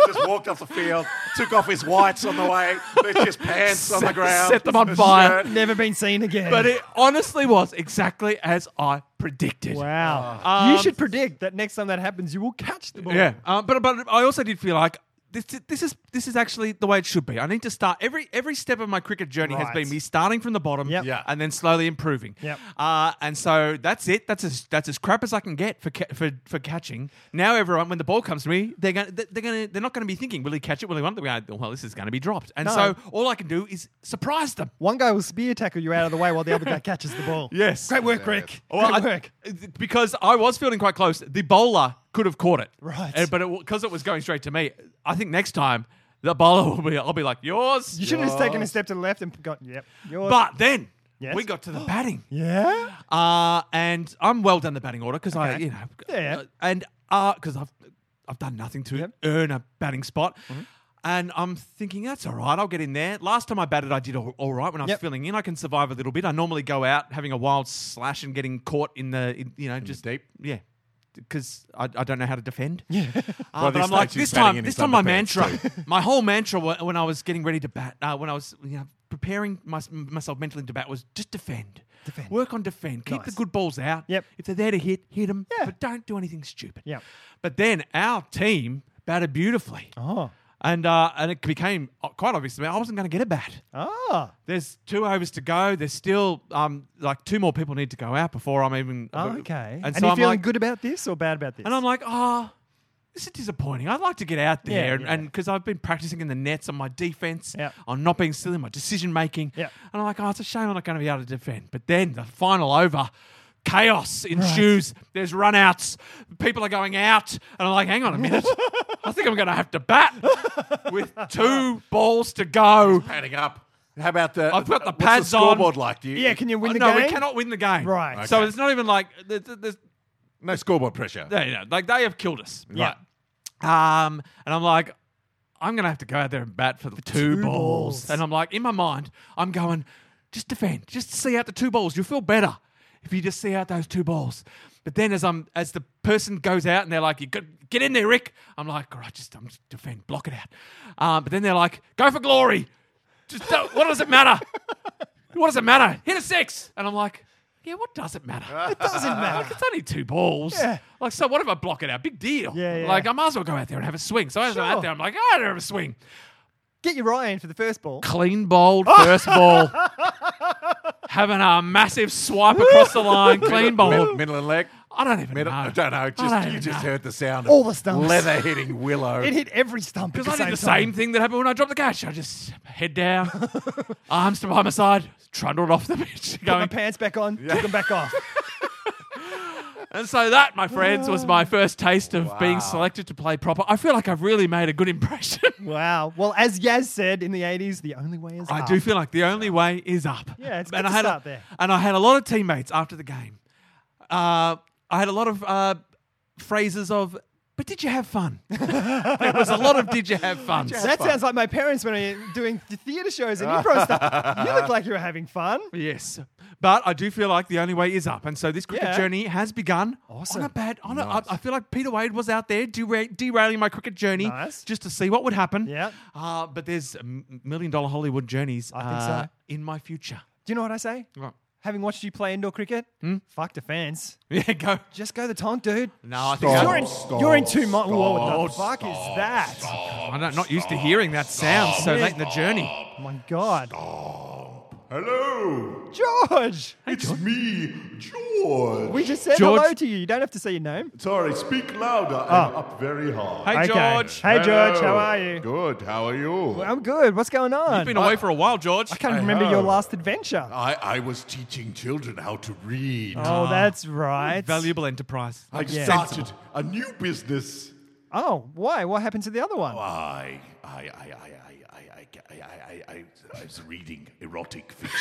He just walked off the field, took off his whites on the way, left his pants on the Set- ground. set them on his fire. shirt. Never been seen again. but it honestly was exactly as I predicted. wow. you Um, should predict that next time that happens, you will catch the ball. Yeah, um, but but I also did feel like this this is this is actually the way it should be. I need to start every every step of my cricket journey has Right. been me starting from the bottom, Yep. Yeah. and then slowly improving. Yep. Uh, and so that's it. That's as that's as crap as I can get for ca- for for catching. Now everyone, when the ball comes to me, they're going to they're going to they're not going to be thinking, will he catch it? Will he want it? They're going, Well, this is going to be dropped. And No. so all I can do is surprise them. One guy will spear tackle you out of the way while the other guy catches the ball. Yes. Great work, Rick. Well, Great I- work. because I was fielding quite close. The bowler could have caught it, Right. Uh, but because it, was going straight to me, I think next time the bowler will be. I'll be like yours. You should have just taken a step to the left and got. Yep. Yours. But then Yes. we got to the batting, Yeah. uh, and I'm well done the batting order because I, Okay. you know, uh, Yeah. and because I've I've done nothing to Yep. earn a batting spot. And I'm thinking that's all right. I'll get in there. Last time I batted, I did all, all right when I was Yep. filling in. I can survive a little bit. I normally go out having a wild slash and getting caught in the, in, you know, just deep. Yeah, because I, I don't know how to defend. Yeah, By but this I'm like stage, he's this batting time. in This his time, my underpants mantra, my whole mantra wa- when I was getting ready to bat, uh, when I was you know preparing my, myself mentally to bat, was just defend, Defend. work on defend, keep the Nice. good balls out. Yep. If they're there to hit, hit them. Yeah. But don't do anything stupid. Yep. But then our team batted beautifully. Oh. And uh, and it became uh, quite obvious to me I wasn't going to get a bat. Ah. There's two overs to go. There's still um like two more people need to go out before I'm even Oh, okay. And, And, so you I'm feeling like, good about this or bad about this? and I'm like, ah, this is disappointing. I'd like to get out there Yeah, and- yeah. and because I've been practicing in the nets on my defense, Yeah. on not being silly, my decision making. Yeah. And I'm like, oh, it's a shame I'm not going to be able to defend. But then the final over. Chaos ensues. There's runouts. People are going out, and I'm like, "Hang on a minute! I think I'm going to have to bat with two balls to go." Padding up. How about the? I've got the what's pads the on. scoreboard like? Do you? yeah. Can you win Uh, the no, game? we cannot win the game. Right. So Okay. it's not even like there's, there's, No scoreboard pressure. they, like they have killed us. Yeah. Right. Um, and I'm like, I'm gonna have to go out there and bat for the two, two balls. balls. And I'm like, in my mind, I'm going, just defend, just see out the two balls. You'll feel better if you just see out those two balls. But then as I'm as the person goes out and they're like, you got, get in there, Rick. I'm like, all right, just I'm just defend, block it out. Um, but then they're like, go for glory. Just don't, what does it matter? What does it matter? Hit a six. And I'm like, yeah, what does it matter? It doesn't matter. Like, it's only two balls. Yeah. Like, so what if I block it out? Big deal. Yeah, yeah. Like, I might as well go out there and have a swing. So I was out Sure. there. I'm like, "Ah, I don't have a swing. Get your eye in for the first ball. Clean bowled first ball. Having a massive swipe across the line. Clean Middle, bowled. middle and leg. I don't even Middle, know. I don't know. Just Oh, I don't you even just know. heard the sound. Of All the stumps. Leather hitting willow. It hit every stump. at Because I the did the time. same thing that happened when I dropped the catch. I just head down, arms to by my side, trundled off the pitch. Put my Going, pants back on. Took them back off. and so that, my friends, was my first taste of Wow. being selected to play proper. I feel like I've really made a good impression. Wow. Well, as Yaz said in the 80s, the only way is I up. do feel like the only way is up. Yeah, it's good and to I had start a, there. And I had a lot of teammates after the game. Uh, I had a lot of uh, phrases of, but did you have fun? there was a lot of did you have fun. that sounds like my parents when I'm doing th- theatre shows and improv stuff. You look like you were having fun. Yes, but I do feel like the only way is up, and so this cricket Yeah. journey has begun. Awesome. On a bad, on a- I- I feel like Peter Wade was out there dera- derailing my cricket journey Nice. just to see what would happen. Yeah. Uh, but there's a m- million dollar Hollywood journeys. I think uh, so. in my future. Do you know what I say? Right. having watched you play indoor cricket, fuck the fans. Yeah, go. Just go the tonk, dude. Hmm? No, I think Stop. You're in, Stop, you're in two months. What stop, the fuck is that? I'm Oh, not, not used to hearing that sound so late in the journey. Oh my god. Hello, George! it's me, George. We just said George- hello to you. You don't have to say your name. Sorry, speak louder. I'm up very hard. Hey, Ah. George. Hey, George, Hello. how are you? Good. How are you? I'm good. What's going on? You've been away for a Oh, while, George. I can't I remember your have. last adventure. I, I was teaching children how to read. Oh, that's right. Valuable enterprise. I yeah. started a new business. Oh, why? What happened to the other one? Oh, I I I I I I I I, I, I, I was reading erotic fiction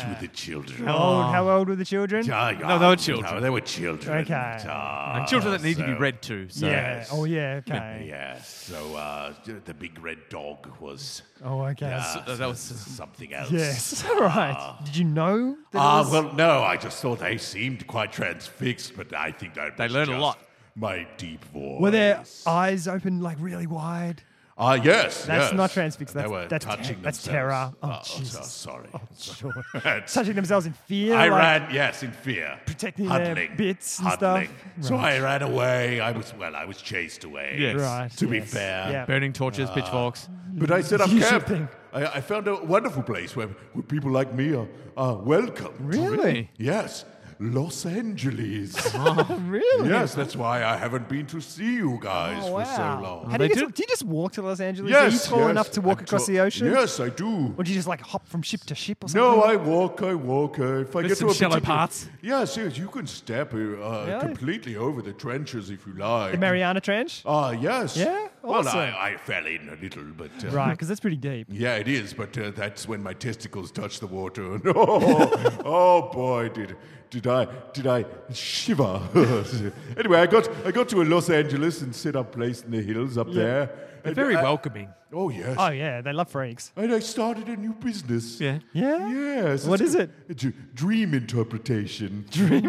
to the children. How Ah. old, how old were the children? Ah, Oh. No, they were children. No, they were children. Okay. Ah, and children that need to be so- read to. So. Yeah. Yes. Oh, yeah. Okay. Yes. So uh, the big red dog was. Oh, okay. uh, So that was- something else. Yes. All right. Did you know? That it Ah, was- well, no, I just thought they seemed quite transfixed, but I think I They learn a lot. My deep voice. Were their eyes open like really wide? Ah, yes. That's yes. not transfixed. That's- they were that's touching ter- that's themselves. terror. Oh, so- Jesus. Oh, sorry. Sure. That's- Touching themselves in fear. I like- ran, yes, in fear, Protecting their huddling, bits and huddling. stuff. So Right. I ran away. I was well. I was chased away. Yes. Right. To be yes, fair. yeah. Burning torches, Ah. pitchforks. But I set up Usual camp. thing. I, I found a wonderful place where, where people like me are, are welcome. Really? Yes, Los Angeles. Really? yes, that's why I haven't been to see you guys Oh, for wow. so long. How They do you, do- just, do you just walk to Los Angeles? yes, Are you tall yes, enough to walk I'm across tall- the ocean? Yes, I do. Or do you just like hop from ship to ship or something? No, I walk, I walk. Uh, if I There's get some to a shallow particular- parts. Yeah, serious. You can step uh, Yeah. completely over the trenches if you like. The Mariana Trench? Ah, yes. Yeah, Well, awesome. I, I fell in a little, but. Uh, Right, because that's pretty deep. Yeah, it is, but uh, that's when my testicles touch the water. And oh, oh boy, did did I did I shiver? anyway, I got I got to a Los Angeles and set up place in the hills up there. And Very I- welcoming. Oh yes. Oh, yeah, they love freaks. and I started a new business. Yeah. Yeah? Yes. What it's is it? a- a d- dream interpretation. Dream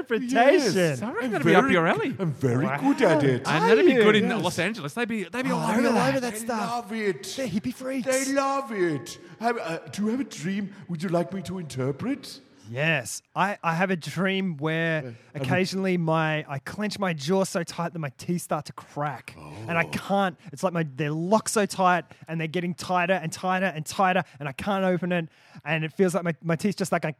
interpretation. Yes. I reckon I'm that'd be up very- your alley. I'm very Wow. good at it. And that'd be you? good in Yes. Los Angeles. They'd be, they'd be all they'd over be Oh, all that. over that. they stuff. love it. They're hippie freaks. They love it. Have, uh, do you have a dream? Would you like me to interpret? Yes, I, I have a dream where occasionally my I clench my jaw so tight that my teeth start to crack, and I can't. It's like my they're locked so tight, and they're getting tighter and tighter and tighter, and I can't open it, and it feels like my, my teeth just like a,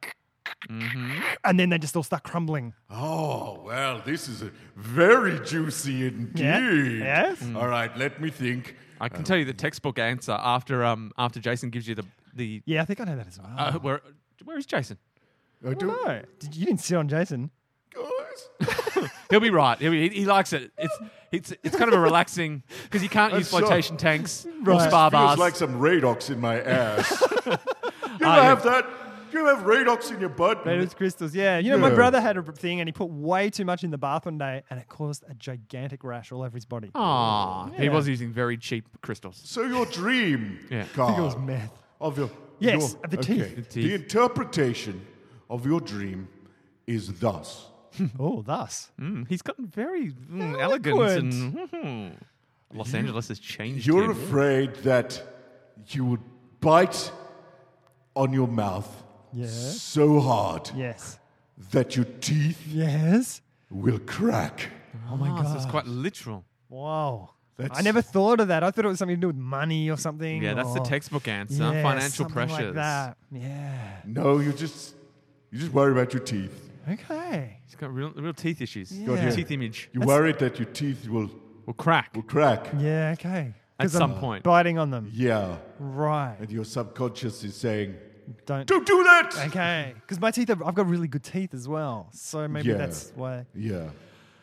and then they just all start crumbling. Oh, well, this is a very juicy indeed. Yeah. Yes. Mm. All right, let me think. I can tell you the textbook answer after um after Jason gives you the the Yeah, I think I know that as well. uh, where where is Jason? I Uh, do. no, Did- you didn't sit on Jason. Guys, He'll be right. He'll be, he, he likes it. It's it's it's kind of a relaxing because you can't use sorry. flotation tanks or Right. spa feels bars. like some radox in my ass. you ever yeah. have that? You ever have radox in your butt? Radio's crystals, yeah. You know, my Yeah. brother had a thing, and he put way too much in the bath one day, and it caused a gigantic rash all over his body. Oh. Aw, he Yeah. was using very cheap crystals. So your dream, Yeah. I think it Carl, I think it was meth. of your Yes, your- of the okay. teeth. The teeth. The interpretation of your dream is thus. Oh, thus. Mm, he's gotten very mm, elegant eloquent. and mhm. Los Angeles has changed. You're him. afraid that you would bite on your mouth Yeah. so hard Yes. that your teeth Yes. will crack. Oh my Ah, so it's God. quite literal. Wow. I That's- never thought of that. I thought it was something to do with money or something. Yeah, that's the or- textbook answer. Oh. Yeah, Financial something pressures. Like that. Yeah. No, you just you just worry about your teeth. Okay. He's got real, real teeth issues. Got Yeah. you. Teeth image You're worried that your teeth will, will crack will crack. Yeah. Okay. at 'Cause some I'm point. biting on them. Yeah. Right. And your subconscious is saying, Don't. Don't do that! Okay. Because my teeth, are, I've got really good teeth as well. So maybe Yeah. that's why. Yeah.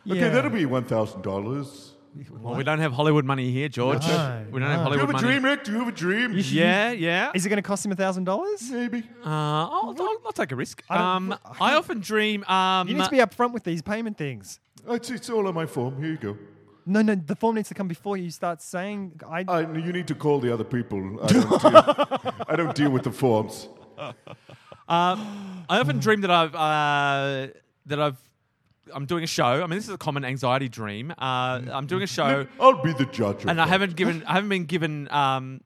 Yeah. Okay, that'll be one thousand dollars. Well, we don't have Hollywood money here, George. No, we don't have Do no. you Hollywood have a money. dream, Rick? Do you have a dream? Yeah, yeah. Is it going to cost him a thousand dollars? Maybe. Uh, I'll, I'll, I'll take a risk. I don't- um, I often dream. Um, You need to be upfront with these payment things. It's, it's all on my form. Here you go. No, no. The form needs to come before you start saying. I. I, you need to call the other people. I don't, deal, I don't deal with the forms. I often dream that I've uh, that I've I'm doing a show. I mean, this is a common anxiety dream. Uh, I'm doing a show, I'll be the judge. Of and I that. haven't given I haven't been given um,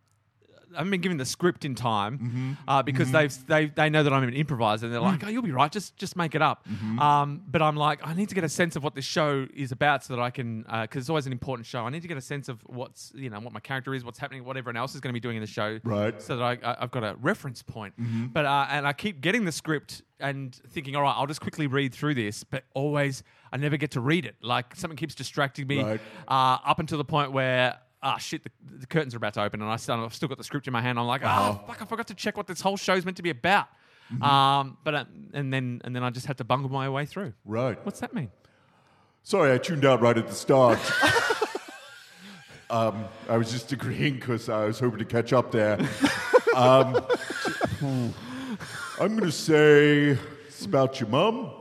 I haven't been given the script in time uh, because they've they they know that I'm an improviser and they're like, oh, you'll be right, just just make it up. Um, but I'm like, I need to get a sense of what this show is about so that I can because it's always an important show. I need to get a sense of what's you know what my character is, what's happening, what everyone else is going to be doing in the show, Right. So that I, I I've got a reference point. But uh, and I keep getting the script and thinking, all right, I'll just quickly read through this, but always. I never get to read it. Like something keeps distracting me Right. uh, up until the point where ah shit, the, the curtains are about to open, and I still, I've still got the script in my hand. I'm like, oh, fuck, I forgot to check what this whole show's meant to be about. Um, but uh, and then and then I just had to bungle my way through. Right. What's that mean? Sorry, I tuned out right at the start. um, I was just agreeing because I was hoping to catch up there. Um, I'm going to say it's about your mum.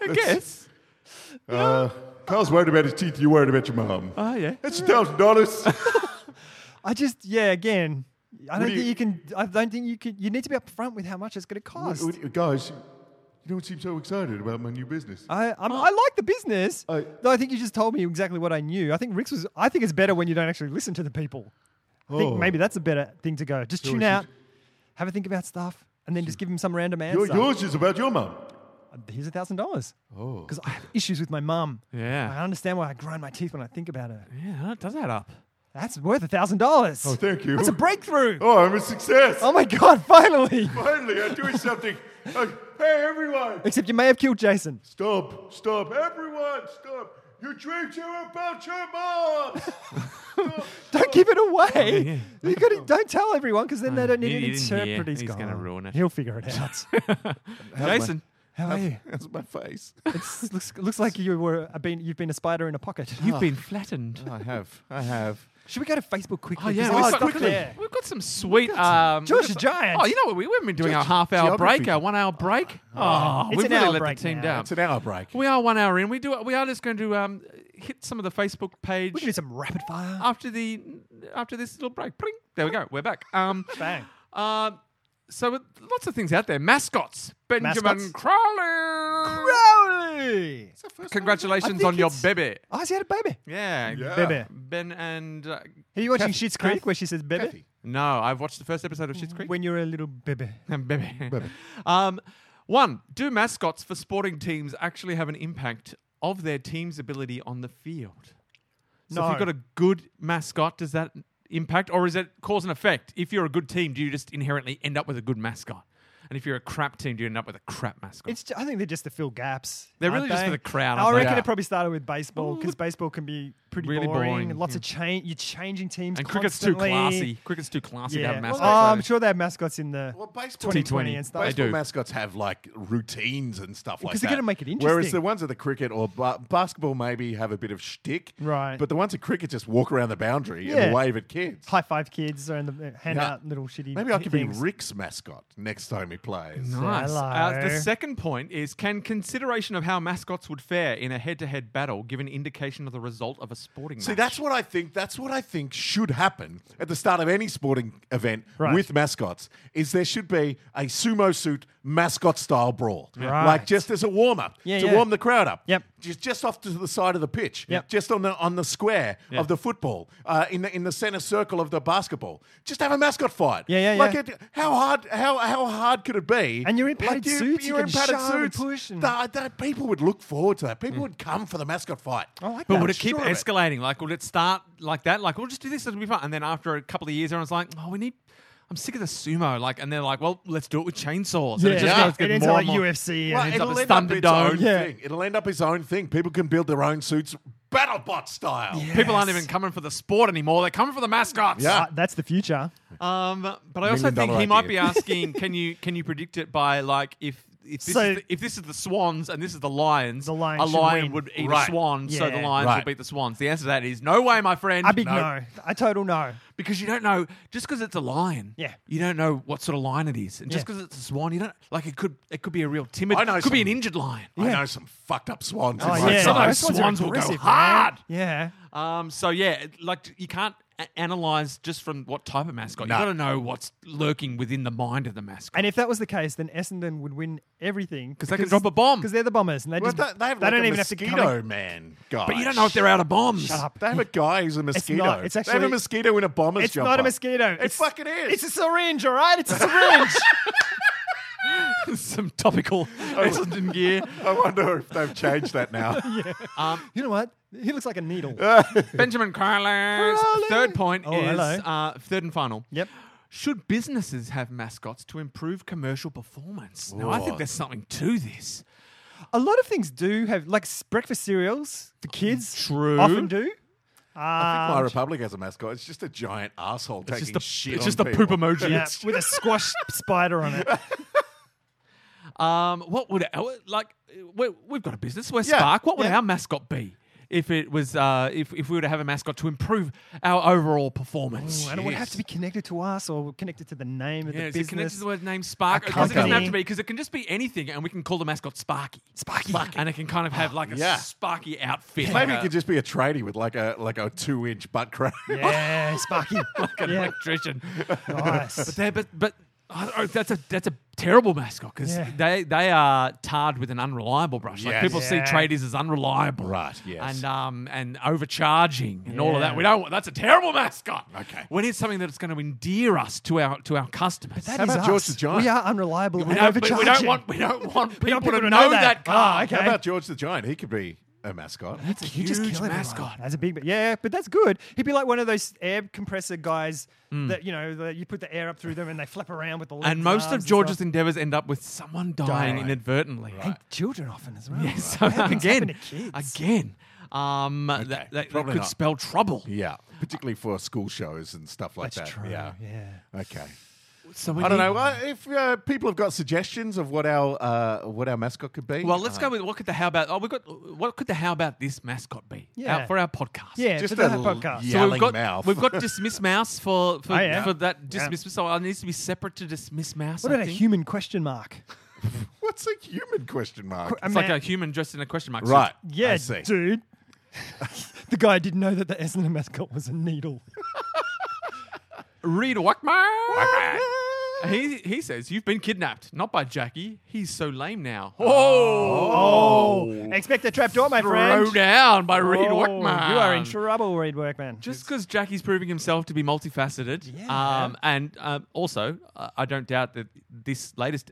I guess. Uh, Carl's worried about his teeth. You're worried about your mum. Oh yeah. That's a thousand dollars. I just, yeah, again, I don't do think you- you can. I don't think you can. You need to be upfront with how much it's going to cost. Guys, you don't seem so excited about my new business. I, I'm, I like the business. I- though I think you just told me exactly what I knew. I think Rick's was. I think it's better when you don't actually listen to the people. I Oh. think maybe that's a better thing to go. Just So tune we should- out, have a think about stuff, and then just give them some random answer. Your, yours is about your mum. Here's a thousand dollars. Oh. because I have issues with my mum. Yeah. I understand why I grind my teeth when I think about her. Yeah, that does add up. That's worth a thousand dollars. Oh, thank you. That's a breakthrough. Oh, I'm a success. Oh my god! Finally. Finally, I'm doing something. Like, hey, everyone. Except you may have killed Jason. Stop, stop, everyone, stop. Your dreams are about your mom. Don't give it away. Oh, yeah. You gotta, don't tell everyone because then they don't need he an didn't hear. interpreter. He's gone. gonna ruin it. He'll figure it out. Jason, How are you? That's my face. It's, looks, looks like you were a been, you've been a spider in a pocket. you've been flattened. I have, I have. Should we go to Facebook quickly? Oh yeah, 'Cause there's we've, stuff got, there. we've got some sweet. Um, we've George the got- Giant. Oh, you know what? We haven't been doing George our half hour Geography. break, our one hour break. oh, It's we've an really hour let the break team now. down. It's an hour break. We are one hour in. We do. We are just going to um, hit some of the Facebook page We can do some rapid fire. after the after this little break. Pling. There we go. We're back. Um, Bang. uh, so with lots of things out there. Mascots. Benjamin Mascots? Crowley. Crowley. I Congratulations think on your it's- baby. Oh, she had a baby. Yeah. Yeah. Bebe. Ben and uh, Are you watching Kath- Shit's Kath- Creek where she says baby? Kathy. no, I've watched the first episode of Shit's Creek. Oh. When you're a little baby. Baby. Um, one, do mascots for sporting teams actually have an impact of their team's ability on the field? So if No. you've got a good mascot, does that impact or is it cause and effect? If you're a good team, do you just inherently end up with a good mascot? And if you're a crap team, do you end up with a crap mascot? It's. ju- I think they're just to fill gaps. They're aren't really just they? for the crowd, I aren't they? reckon Yeah. it probably started with baseball Ooh, because baseball can be pretty really boring. boring, Lots yeah. of change. You're changing teams. and cricket's too constantly. classy. Cricket's too classy to Yeah. have mascots. Oh, I'm sure they have mascots in the Well, baseball, 2020 T20. and They stuff. baseball do. mascots have like routines and stuff like that. Because they're gonna make it Whereas interesting. the ones at the cricket or ba- basketball maybe have a bit of shtick. Right. But the ones at cricket just walk around the boundary Yeah. and wave at kids. High five kids and the uh, hand Yeah. out little shitty. Maybe I could things. be Rick's mascot next time he plays. Nice. Uh, the Hello. second point is can consideration of how mascots would fare in a head to head battle give an indication of the result of a sporting See, match? that's what I think. That's what I think should happen at the start of any sporting event Right. with mascots. Is there should be a sumo suit mascot style brawl, Right. like just as a warm up Yeah, to yeah. warm the crowd up. Yep. Just just off to the side of the pitch. Yep. Just on the on the square Yeah. of the football, uh, in the in the center circle of the basketball. Just have a mascot fight. Yeah, yeah, Like yeah. It, how hard how how hard could it be? And you're in padded suits, you You're in can padded shove and suits. push and- Mm. That, that- people would look forward to that. People would come for the mascot fight. I like But that. would it keep sure of it. escalating? Like, would it start like that? Like, we'll just do this; it'll be fun. And then after a couple of years, everyone's like, "Oh, we need." I'm sick of the sumo. Like, and they're like, "Well, let's do it with chainsaws." And Yeah, it just Yeah. goes it getting ends more up like and more. UFC. Well, and ends up it'll as end up its own Thunderdome. Yeah. thing. It'll end up its own thing. People can build their own suits, BattleBot style. Yeah. People aren't Yes. even coming for the sport anymore; they're coming for the mascots. Yeah. uh, that's the future. Um, but I also Million think dollar he might idea. be asking, "Can you can you predict it by like if if this, So- is, the, if this is the swans and this is the lions, The lion a should lion win. would eat Right. a swan, so the Yeah. lions Right. would beat the swans." The answer to that is no way, my friend. A big no. A total no. because you don't know just because it's a lion. Yeah. you don't know what sort of lion it is, and just Yeah. because it's a swan, you don't like it could it could be a real timid. I know it could be an some- injured lion. I know some fucked up swans. Oh, in my yeah. Some of time. those Those ones are swans will go aggressive, man. hard. Yeah. Um, so yeah, it- like you can't a- analyze just from what type of mascot. No. You've got to know what's lurking within the mind of the mascot. And if that was the case, then Essendon would win everything they could drop a bomb. because they're the bombers and they, Well, just, they, they have they like don't a even have to mosquito come and- man guy. but you don't know if they're out of bombs. Shut up. They have a guy who's a mosquito. not. It's they have a actually- mosquito in a bomber's It's jumper. not a mosquito. It fucking is. It's a syringe, all right? It's a syringe. Some topical Oh. Essendon gear. I wonder if they've changed that now. you know what? He looks like a needle. Benjamin Carlisle. Carlisle. Third point Oh, is hello. uh, third and final. Yep. Should businesses have mascots to improve commercial performance? Now, I Ooh. think there's something to this. A lot of things do have, like s- breakfast cereals for kids. True. Often do. My Um, Republic has a mascot. It's just a giant asshole taking It's just the, shit. it's on just the people. poop emoji. yeah, It's- with a squash spider on it. Um, what would our- like we we've got a business. We're Yeah, Spark. What would yeah. our mascot be if it was uh, if if we were to have a mascot to improve our overall performance? and it would have to be connected to us or connected to the name of Yeah, the is it connected business. to the word name Spark? A Because it doesn't have company. to be, because it can just be anything, and we can call the mascot Sparky. Sparky. And it can kind of have like a Yeah. Sparky outfit. Maybe like it could just be a tradie with like a like a two inch butt crack. Yeah, Sparky. an yeah, electrician. nice. They're- but but oh, oh, that's a that's a terrible mascot because Yeah. they they are tarred with an unreliable brush. Like Yes. people see Yeah. tradies as unreliable, Right, yes. and um and overcharging and all of that. Yeah. We don't want that's a terrible mascot. Okay. we need something that's going to endear us to our to our customers. That How is about us. George the Giant? We are unreliable we and don't, but overcharging. we don't want we don't want people, want to know, that. Ah, car. okay. How about George the Giant? He could be a mascot. That's a You huge just kill everyone. mascot. That's a big, yeah, but that's good. He'd be like one of those air compressor guys that you know that you put the air up through them and they flip around with the. legs Mm. And most arms of George's stuff. endeavors end up with someone dying Dying. inadvertently. and children often as well. Yes, so That happens, again, happen to kids. again, um, that, that, that probably could not. spell trouble. Yeah, particularly for school shows and stuff like That's that. true. Yeah. Yeah. Okay. So we I don't need- know uh, if uh, people have got suggestions of what our uh, what our mascot could be. Well, let's uh, go with what could the how about? Oh, we got what could the how about this mascot be? Yeah. Out for our podcast. Yeah, Just just a for that l- podcast. yeah. So Yowling we've got mouth. we've got dismiss mouse for for, Oh, yeah. for that Yeah. dismiss. So it needs to be separate to dismiss mouse. What I about a think. human question mark? What's a human question mark? I It's mean, like a human dressed in a question mark. suit. right. I yeah, see. dude. the guy didn't know that the Essendon mascot was a needle. Reed Wackman. He he says you've been kidnapped, not by Jackie. He's so lame now. Oh, Oh, expect a trapdoor, my friend. throw down by Reed Oh, Wackman. You are in trouble, Reed Workman. Just because Jackie's proving himself to be multifaceted, Yeah. um, and um, also uh, I don't doubt that this latest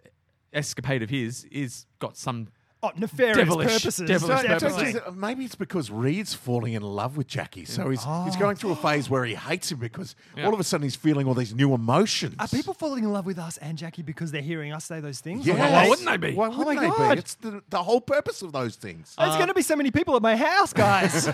escapade of his is got some. oh, nefarious devilish- purposes. So, devilish so purpose. just- maybe it's because Reed's falling in love with Jackie, Mm, so he's he's going oh. through a phase where he hates him because all of a sudden he's feeling all these new emotions. Are people falling in love with us and Jackie because they're hearing us say those things? Yeah. Like, Why wouldn't they be? Why Oh wouldn't my they God. Uh, be? It's the, the whole purpose of those things. There's going to be so many people at my house, guys.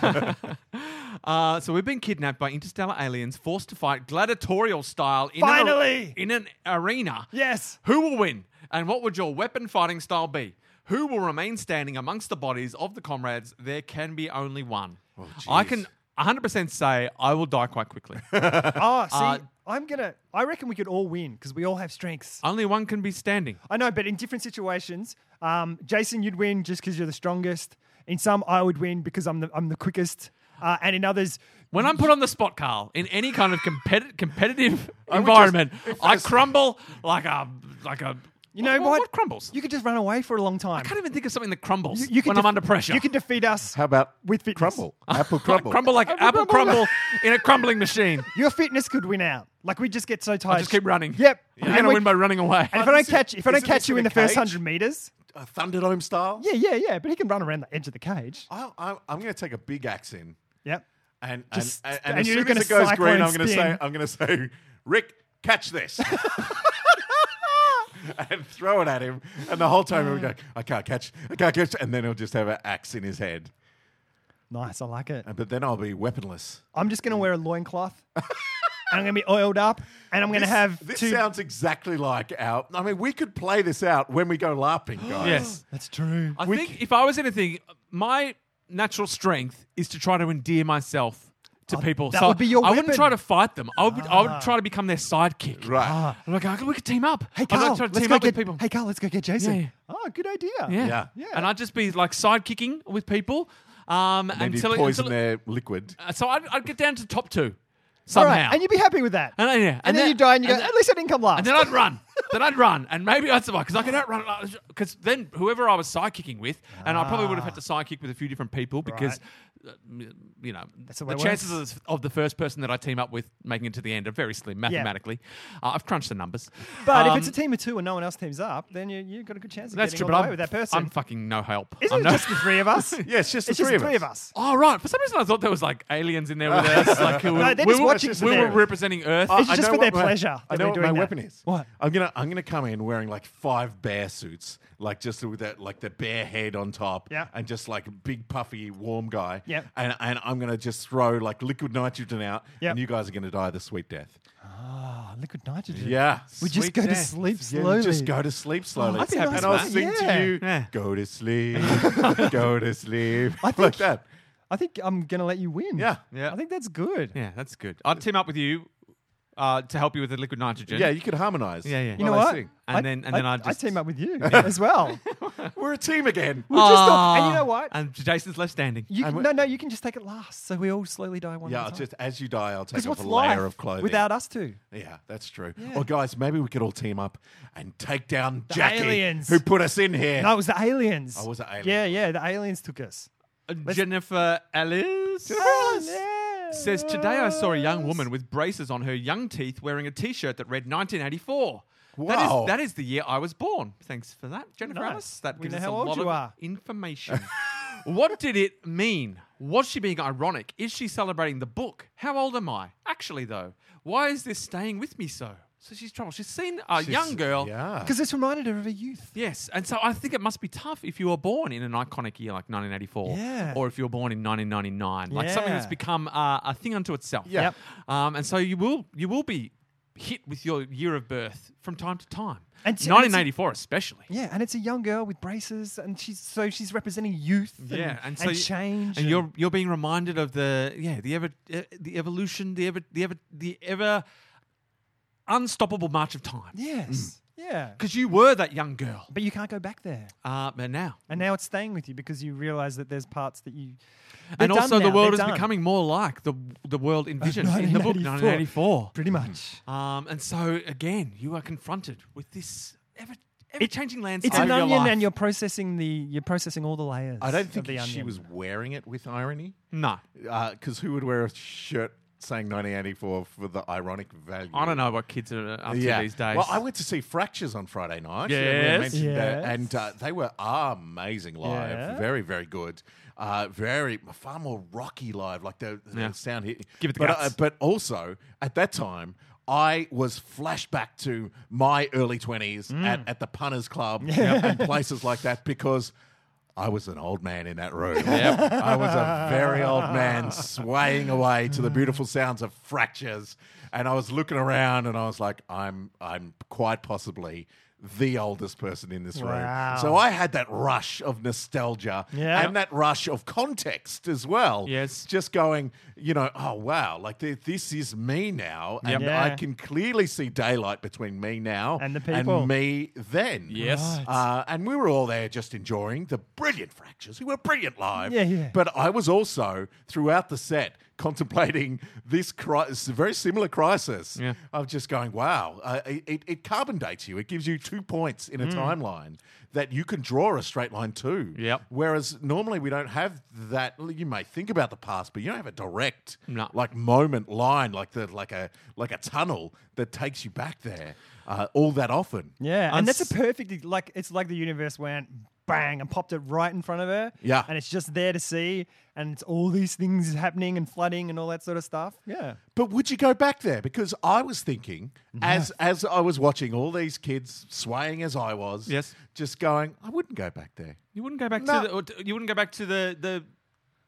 Uh, so we've been kidnapped by interstellar aliens, forced to fight gladiatorial style in Finally! an, in an arena. yes. Who will win, and what would your weapon fighting style be? Who will remain standing amongst the bodies of the comrades? There can be only one. I jeez. can 100% say I will die quite quickly. Oh, see, Uh, I'm going to, I reckon we could all win because we all have strengths. only one can be standing. I know, but in different situations, um, Jason, you'd win just because you're the strongest. In some, I would win because I'm the, I'm the quickest. Uh, and in others, When I'm put on the spot, Carl, in any kind of competi- competitive would environment, just- if I there's- crumble like a like a. you know what, what? crumbles? You could just run away for a long time. I can't even think of something that crumbles You- you could when I'm def- under pressure. You can defeat us. How about With fitness. crumble? Apple like, crumble. crumble like apple crumble in a crumbling machine. Your fitness could win out. Like we just get so tired. just keep running. Yep. You're And gonna we- win by running away. And if I don't Isn't- catch, if I don't isn't catch this you in in a the first cage? hundred meters, Uh, Thunderdome style. yeah, yeah, yeah. But he can run around the edge of the cage. I, I, I'm going to take a big axe in, Yep. and Just- and, and, and as you're soon gonna as it goes cycle green, and I'm going to say, spin. I'm going to say, Rick, catch this. And throw it at him, and the whole time he'll go, "I can't catch, I can't catch," and then he'll just have an axe in his head. Nice. I like it. And- But then I'll be weaponless. I'm just gonna wear a loincloth. and I'm gonna be oiled up, and I'm gonna this, have this two. sounds exactly like our. I mean, we could play this out when we go LARPing, guys. yes, That's true. I think if I was anything, my natural strength is to try to endear myself to people. Oh, that so would be your I wouldn't weapon. Ah. try to fight them. I would. I would try to become their sidekick. Right. I'm like, "Oh, we could team up. Hey I'd Carl, like to let's team go up get with people. Hey Carl, let's go get Jason. Yeah, yeah. Oh, good idea. Yeah. Yeah. Yeah. And I'd just be like sidekicking with people. Um, And you until it- poison until it- their liquid. uh, so I'd, I'd get down to top two. All somehow. right, and you'd be happy with that. And then- yeah, and, and then, then- you die and you go, and then- at least I didn't come last. And then I'd run. then I'd run, and maybe I'd survive because I could outrun it. Because then whoever I was sidekicking with, and I probably would have had to sidekick with a few different people because, uh, m- you know, the the, way it chances of, of the first person that I team up with making it to the end are very slim mathematically. Uh, I've crunched the numbers. but if Um, it's a team of two and no one else teams up, then you, you've got a good chance of that's getting true, but all the I'm, way with that person. I'm fucking no help. Isn't I'm it no- just the three of us? Yeah, it's just the three, it's just the of, three of us. us. Oh right! For some reason, I thought there was like aliens in there with us. Like who No, were, they're we, just were, watching we were scenarios. representing Earth. I- It's I just know for what their my- pleasure I that know we're what doing my that. weapon is. What? I'm gonna I'm gonna come in wearing like five bear suits, like just with that like the bear head on top, Yeah. and just like a big puffy warm guy, Yep. And and I'm gonna just throw like liquid nitrogen out, Yep. and you guys are gonna die the sweet death. Oh, liquid nitrogen. Yeah, We just Sweet go to death. sleep Yeah, slowly. Oh, just go to sleep slowly. I'd be and happy with I'll that. sing Yeah. to you, Yeah. go to sleep, go to sleep, like that. I think I'm going to let you win. Yeah. Yeah. I think that's good. yeah, that's good. I'd team up with you uh, to help you with the liquid nitrogen. Yeah, you could harmonize. Yeah, yeah. You while know I what? sing. And then- and then I'd just- I team up with you as well. We're a team again. We just don't- and you know what? Ah. And Jason's left standing. You can, we- no, no, you can just take it last. So we all slowly die one Yeah, at a I'll time. just as you die, I'll take Because off what's a life layer of clothing. without us two? yeah, that's true. Well, guys, maybe we could all team up and take down Jackie, aliens. who put us in here. No, it was the aliens. Oh, it was the aliens, Yeah, yeah, the aliens took us. Jennifer Ellis says today I saw a young woman with braces on her young teeth wearing a T-shirt that read 1984. That Wow. is, that is the year I was born. Thanks for that, Jennifer Nice. Ellis. That We gives know us how a old lot you of are. information. what did it mean? Was she being ironic? Is she celebrating the book? How old am I? Actually, though, why is this staying with me so? So she's troubled. She's seen a She's- young girl Yeah. Because this reminded her of a youth. Yes, and so I think it must be tough if you were born in an iconic year like 1984, Yeah. or if you were born in 1999, like something that's Yeah. become uh, a thing unto itself. Yeah. Yep. Um, and so you will you will be hit with your year of birth from time to time, And t- and 1984 especially. Yeah, and it's a young girl with braces, and she's so she's representing youth. And, Yeah, and so you- change. And you're you're being reminded of the yeah the ever uh, the evolution the ever the ever the ever unstoppable march of time yes, yeah. because you were that young girl, But you can't go back there. uh, but now And now it's staying with you because you realize that there's parts that you. They're and done also the now, world they're is done. becoming more like the the world envisioned in the book 1984. pretty much. Um, and so again, you are confronted with this ever ever changing landscape. It's an of your onion, life. and you're processing the you're processing all the layers. I don't of think the she onion. was wearing it with irony. no. Because who would wear a shirt saying 1984 for the ironic value? I don't know what kids are up to these days. Well, I went to see Fractures on Friday night. Yes. Yeah, mentioned Yes. that, and uh, they were amazing live. Yeah. Very, very good. Uh, very far more rocky live. Like the, the Yeah. sound hit. Give it the but, uh, guts. but also at that time. I was flashed back to my early 20s Mm. at, at the Punners Club and places like that because I was an old man in that room. I was a very old man swaying away to the Mm. beautiful sounds of fractures. And I was looking around and I was like, I'm I'm quite possibly the oldest person in this Wow. room. So I had that rush of nostalgia Yeah. and that rush of context as well. Yes. Just going, you know, oh wow, like th- this is me now. And Yeah. I can clearly see daylight between me now And the people. me then. Yes. Right. Uh, and we were all there just enjoying the brilliant fractures who were brilliant live. Yeah, yeah. But I was also, throughout the set, contemplating this crisis, very similar crisis Yeah. of just going, wow, uh, it, it- it carbon dates you. It gives you two points in a timeline that you can draw a straight line to. Mm. Yep. Whereas normally we don't have that. You may think about the past, but you don't have a direct No. like moment line, like the like a like a tunnel that takes you back there uh, all that often. Yeah, and And that's s- a perfect like it's like the universe went bang and popped it right in front of her. Yeah. and it's just there to see, and it's all these things happening and flooding and all that sort of stuff. Yeah, But would you go back there? Because I was thinking, Mm-hmm. as as I was watching all these kids swaying as I was, Yes. just going, I wouldn't go back there. you wouldn't go back No. to the, or t- you wouldn't go back to the the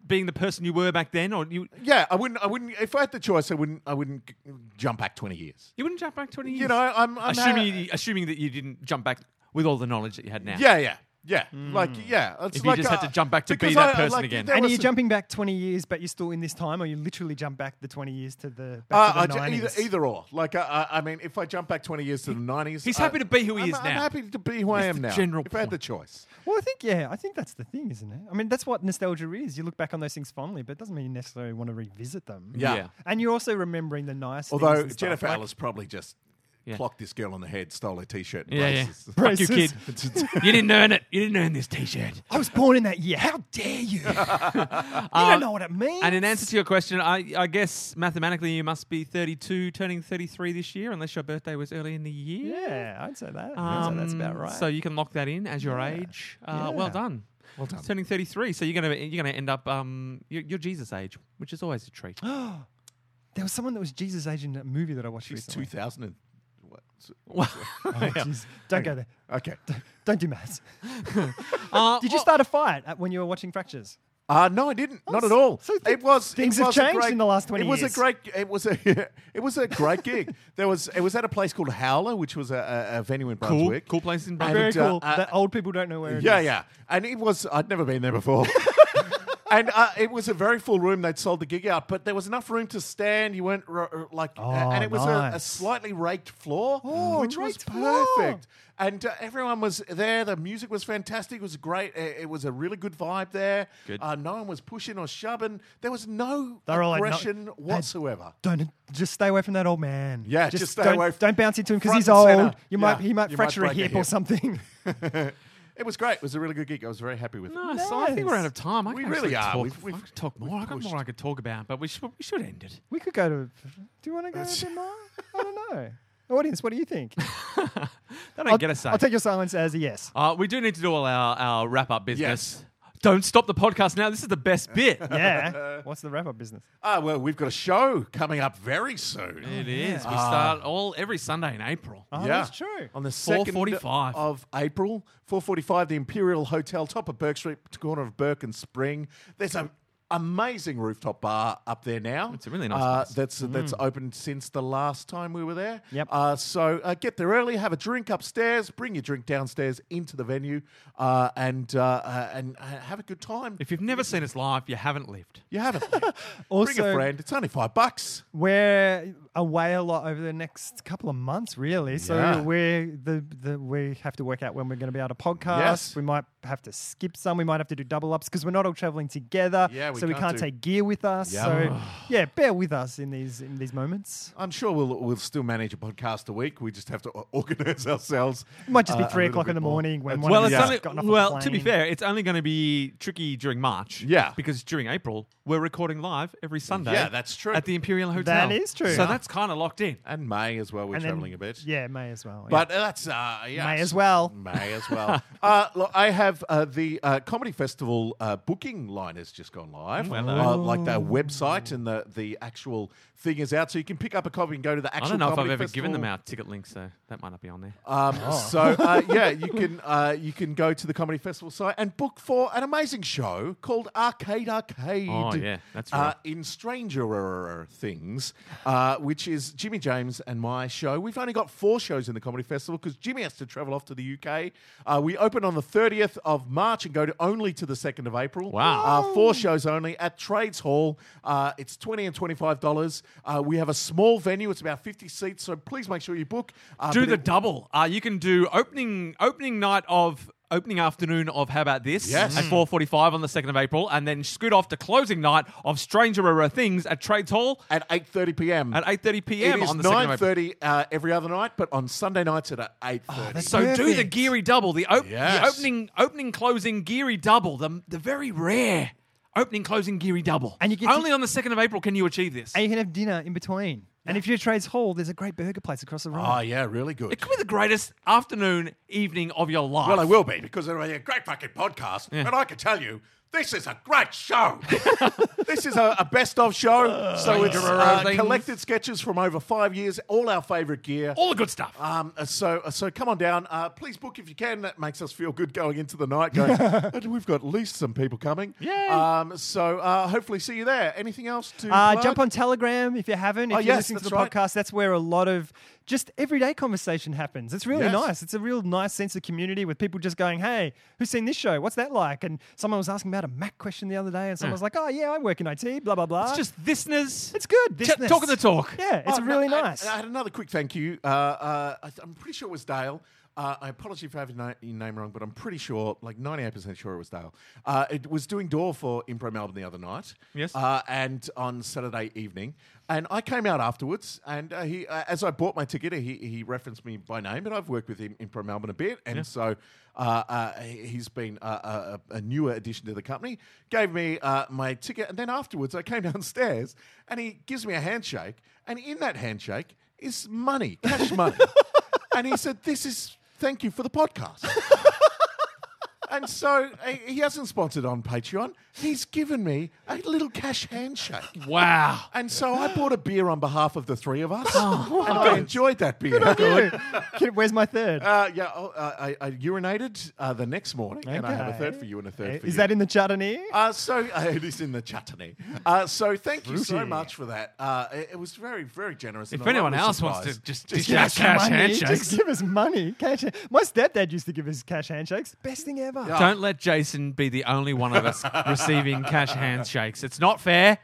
being the person you were back then, or you Yeah, I wouldn't. I wouldn't. If I had the choice, I wouldn't. I wouldn't g- jump back twenty years. you wouldn't jump back twenty years. You know, I'm, I'm assuming ha- assuming that you didn't jump back with all the knowledge that you had now. Yeah, yeah. Yeah, like yeah. It's Hmm. If you like just had uh, to jump back to be because that person again. there and are was you some- jumping back 20 years, but you're still in this time, or you literally jump back the 20 years to the, Uh, back I to the ju- 90s? either, either or. Like, I, I, I mean, if I jump back 20 years to the 90s. he's I- happy to be who he I'm, is I'm now. happy to be who I It's am the now. general if I had the point. choice. Well, I think, yeah, I think that's the thing, isn't it? I mean, that's what nostalgia is. You look back on those things fondly, but it doesn't mean you necessarily want to revisit them. Yeah. Yeah. And you're also remembering the nice Although things. and stuff, Jennifer like- Ellis probably just Yeah. clocked this girl on the head, stole her t-shirt. And Yeah, yeah. braces. Fuck you, Braces. kid. you didn't earn it. You didn't earn this T-shirt. I was born in that year. How dare you? you don't know what it means. Uh, And in answer to your question, I, I guess mathematically you must be 32, turning 33 this year, unless your birthday was early in the year. yeah, I'd say that. I'd say that's about Um, right. So you can lock that in as your age. Uh, Well Yeah. done. Well done. Turning 33, so you're gonna you're gonna end up um you're, you're Jesus age, which is always a treat. Uh, there was someone that was Jesus age in that movie that I watched She's recently. 2000 and what? Well, Oh, jeez. Don't go there. Okay. Don't do maths. uh, Did you well, start a fight at, when you were watching Fractures? Uh, no, I didn't. Not so- at all. Oh, so thi- it was things it have was a changed great- in the last 20 It was years. a great. It was a. it was a great gig. There was. It was at a place called Howler, which was a, a, a venue in cool Brunswick. cool place in And Brunswick? Very it, uh, cool. uh, that old people don't know where it is. Yeah, yeah. And it was, I'd never been there before. and uh, it was a very full room. They'd sold the gig out, but there was enough room to stand. You weren't r- r- like, Oh, and it was a, a nice. slightly raked floor, Oh, which was raked floor. perfect. And uh, everyone was there. The music was fantastic. It was great. Uh, It was a really good vibe there. Good. Uh, no one was pushing or shoving. There was no They're all like, no- aggression Hey, whatsoever. Don't just stay away from that old man. Yeah, just stay don't, away f- Don't bounce into him because front he's and old. center. You Yeah, might he might you might fracture a break a hip or hip. something. It was great. It was a really good gig. I was very happy with it. Nice. I think we're out of time. I We can really actually are. Talk. We've- we've- I could talk more. we've I got more pushed. I could talk about, but we should we should end it. we could go to. Do you want to go to bit more? I don't know. Audience, what do you think? That I'll, ain't gonna say. I'll take your silence as a yes. Uh, we do need to do all our, our wrap up business. Don't stop the podcast now. This is the best bit. Yeah. What's the wrap up business? Ah, well, we've got a show coming up very soon. It is. We start Ah. all every Sunday in April. Oh, yeah, that's true. On the second 4:45. of April, four forty-five, the Imperial Hotel, top of Burke Street, corner of Burke and Spring. There's an amazing rooftop bar up there now. It's a really nice uh, place. That's that's opened since the last time we were there. Mm. Yep. Uh, so uh, get there early, have a drink upstairs, bring your drink downstairs into the venue, uh, and uh, uh, and uh, have a good time. If you've never seen us live, you haven't lived. you have it, bring Also- a friend. It's only five bucks. We're away a lot over the next couple of months, really. So Yeah. we're the, the we have to work out when we're going to be able to podcast. Yes. We might have to skip some. We might have to do double ups because we're not all traveling together. Yeah, we so we can't can't do- take gear with us. Yeah. So yeah, bear with us in these in these moments. I'm sure we'll we'll still manage a podcast a week. We just have to o- organize ourselves. It might just be uh, a three little o'clock bit in the more. morning when That's- one Well, it's of Yeah. us only, has gotten off a well to be plane. fair, it's only going to be tricky during March. Yeah. Because during April, we're recording live every Sunday. Yeah, that's true. At the Imperial Hotel. That is true. So Yeah. that's kind of locked in. and May as well. We're And then- traveling a bit. Yeah, May as well. But uh, that's uh, yeah, May as well. May as well. uh, look, I have uh, the uh, comedy festival uh, booking line has just gone live. Well, uh, like their website and the, the actual thing is out, so you can pick up a copy and go to the actual. I don't know if I've comedy ever given them festival. out ticket links, so that might not be on there. Um, Oh. So uh, yeah, you can uh, you can go to the comedy festival site and book for an amazing show called Arcade Arcade. Oh, yeah, that's uh, right. in Stranger Things, uh, which is Jimmy James and my show. We've only got four shows in the comedy festival because Jimmy has to travel off to the UK. Uh, we open on the thirtieth of March and go to only to the second of April. Wow. Uh, four shows only at Trades Hall. Uh, it's twenty and twenty five dollars. Uh, we have a small venue; it's about fifty seats. So please make sure you book. Uh, do but the it- double. Uh, you can do opening opening night of opening afternoon of how about this Yes. at 4.45 on the 2nd of april and then scoot off to closing night of stranger things at trades hall at 8.30 p.m. at 8.30 it p.m is on the 2nd of april 9.30 uh, every other night, but on Sunday nights at uh, 8.30. that's Oh, so do the Perfect. geary double the, op- the Yes. opening opening closing geary double the, the very rare opening closing geary double And you get to- only on the 2nd of april can you achieve this and you can have dinner in between. And if you're at Trades Hall, there's a great burger place across the road. oh, yeah, really good. it could be the greatest afternoon evening of your life Well, I will be because it'll be a great fucking podcast. And I can tell you, this is a great show. this is a, a best of show. So it's uh, Things. collected sketches from over five years, all our favourite gear. all the good stuff Uh-huh. Um, uh, so, uh, so come on down. Uh, please book if you can. That makes us feel good going into the night. Going, "And we've got at least some people coming. Yay. Um, so, uh, hopefully, see you there. Anything else to Uh, plug? jump on Telegram if you haven't. If Oh, you're yes, listening to that's the right. podcast, that's where a lot of just everyday conversation happens. It's really Yes. nice. It's a real nice sense of community with people just going, hey, who's seen this show? What's that like? And someone was asking about a Mac question the other day, and someone Mm. was like, oh, yeah, I work in IT, blah, blah, blah. It's just thisness. it's good. Ch- Thisness. talking the talk. Yeah, it's Oh, no, really and- nice. And I had another quick thank you. Uh, uh, I th- I'm pretty sure it was Dale. Uh, I apologize for having na- your name wrong, but I'm pretty sure, like 98% sure it was Dale. Uh, it was doing door for Impro Melbourne the other night. Yes. Uh, and on Saturday evening. And I came out afterwards, and uh, he, uh, as I bought my ticket, he, he referenced me by name, and I've worked with him in Impro Melbourne a bit. And so uh, uh, he- he's been uh, a, a newer addition to the company. Gave me uh, my ticket, and then afterwards, I came downstairs, and he gives me a handshake. And in that handshake is money, cash money. and he said, This is thank you for the podcast. And so uh, he hasn't sponsored on Patreon. He's given me a little cash handshake. Wow. And so I bought a beer on behalf of the three of us, Oh, and I enjoyed that beer. Kid, Where's my third? Uh, yeah, oh, uh, I, I urinated uh, the next morning, and I have a Okay. third for you and a third for you. Is that in the Chardonnay? Uh, so uh, it is in the chutney. Uh, so thank you so Fruity. much for that. Uh, it, it was very, very generous. and If I love anyone the else surprise. wants to just dish give out us cash money. handshakes, Just give us money. Cash. My stepdad used to give us cash handshakes. Best thing ever. Yeah. don't let Jason be the only one of us receiving cash handshakes. It's not fair.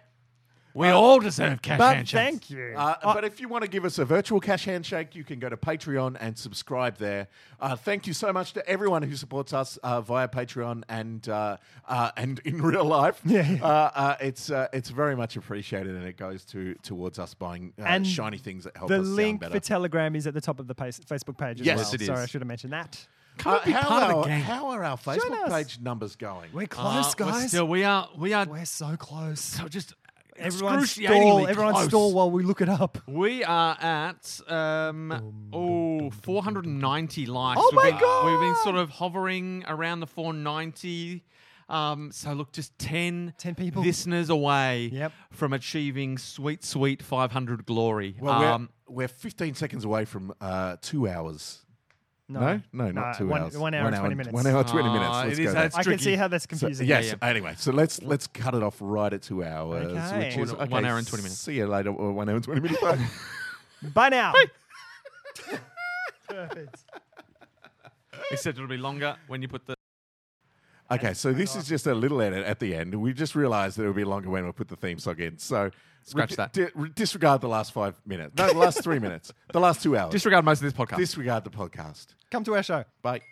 We all deserve cash Uh, But handshakes. thank you. Uh, but if you want to give us a virtual cash handshake, you can go to Patreon and subscribe there. Uh, thank you so much to everyone who supports us uh, via Patreon and uh, uh, and in real life. Yeah, yeah. Uh, uh, it's uh, it's very much appreciated, and it goes to towards us buying uh, And shiny things that help the us link sound for better. Telegram is at the top of the pa- Facebook page as Yes, well. it is. Sorry, I should have mentioned that. Come on, be how, part of the are, game. how are our Facebook us. page numbers going? We're Uh, close, we're guys. We're, still, we are. We are. so close. so just Everyone excruciatingly stall. Everyone close. stall while we look it up. We are at um, oh 490 likes. Oh We've my been- God! We've been sort of hovering around the 490. Um, so look, just 10, 10 people. listeners away Yep. from achieving sweet, sweet 500 glory. Well, um, we're, we're 15 seconds away from uh, two hours. No, no, not two one, hours. One hour and 20 minutes. One hour, 20 Ah, minutes. Let's it is- go there. that's I can tricky. see how that's So, confusing. yes. Yeah, Anyway, so let's let's cut it off right at two hours, Okay. which is One- one hour and 20 minutes. See you later. Or one hour and twenty minutes. Bye. Bye now. except it'll be longer when you put the. okay, so this is just a little edit at the end. We just realised that it would be longer when we put the theme song in. So Scratch that. di- re- disregard the last five minutes. No, the last three minutes. The last two hours. Disregard most of this podcast. disregard the podcast. Come to our show. Bye.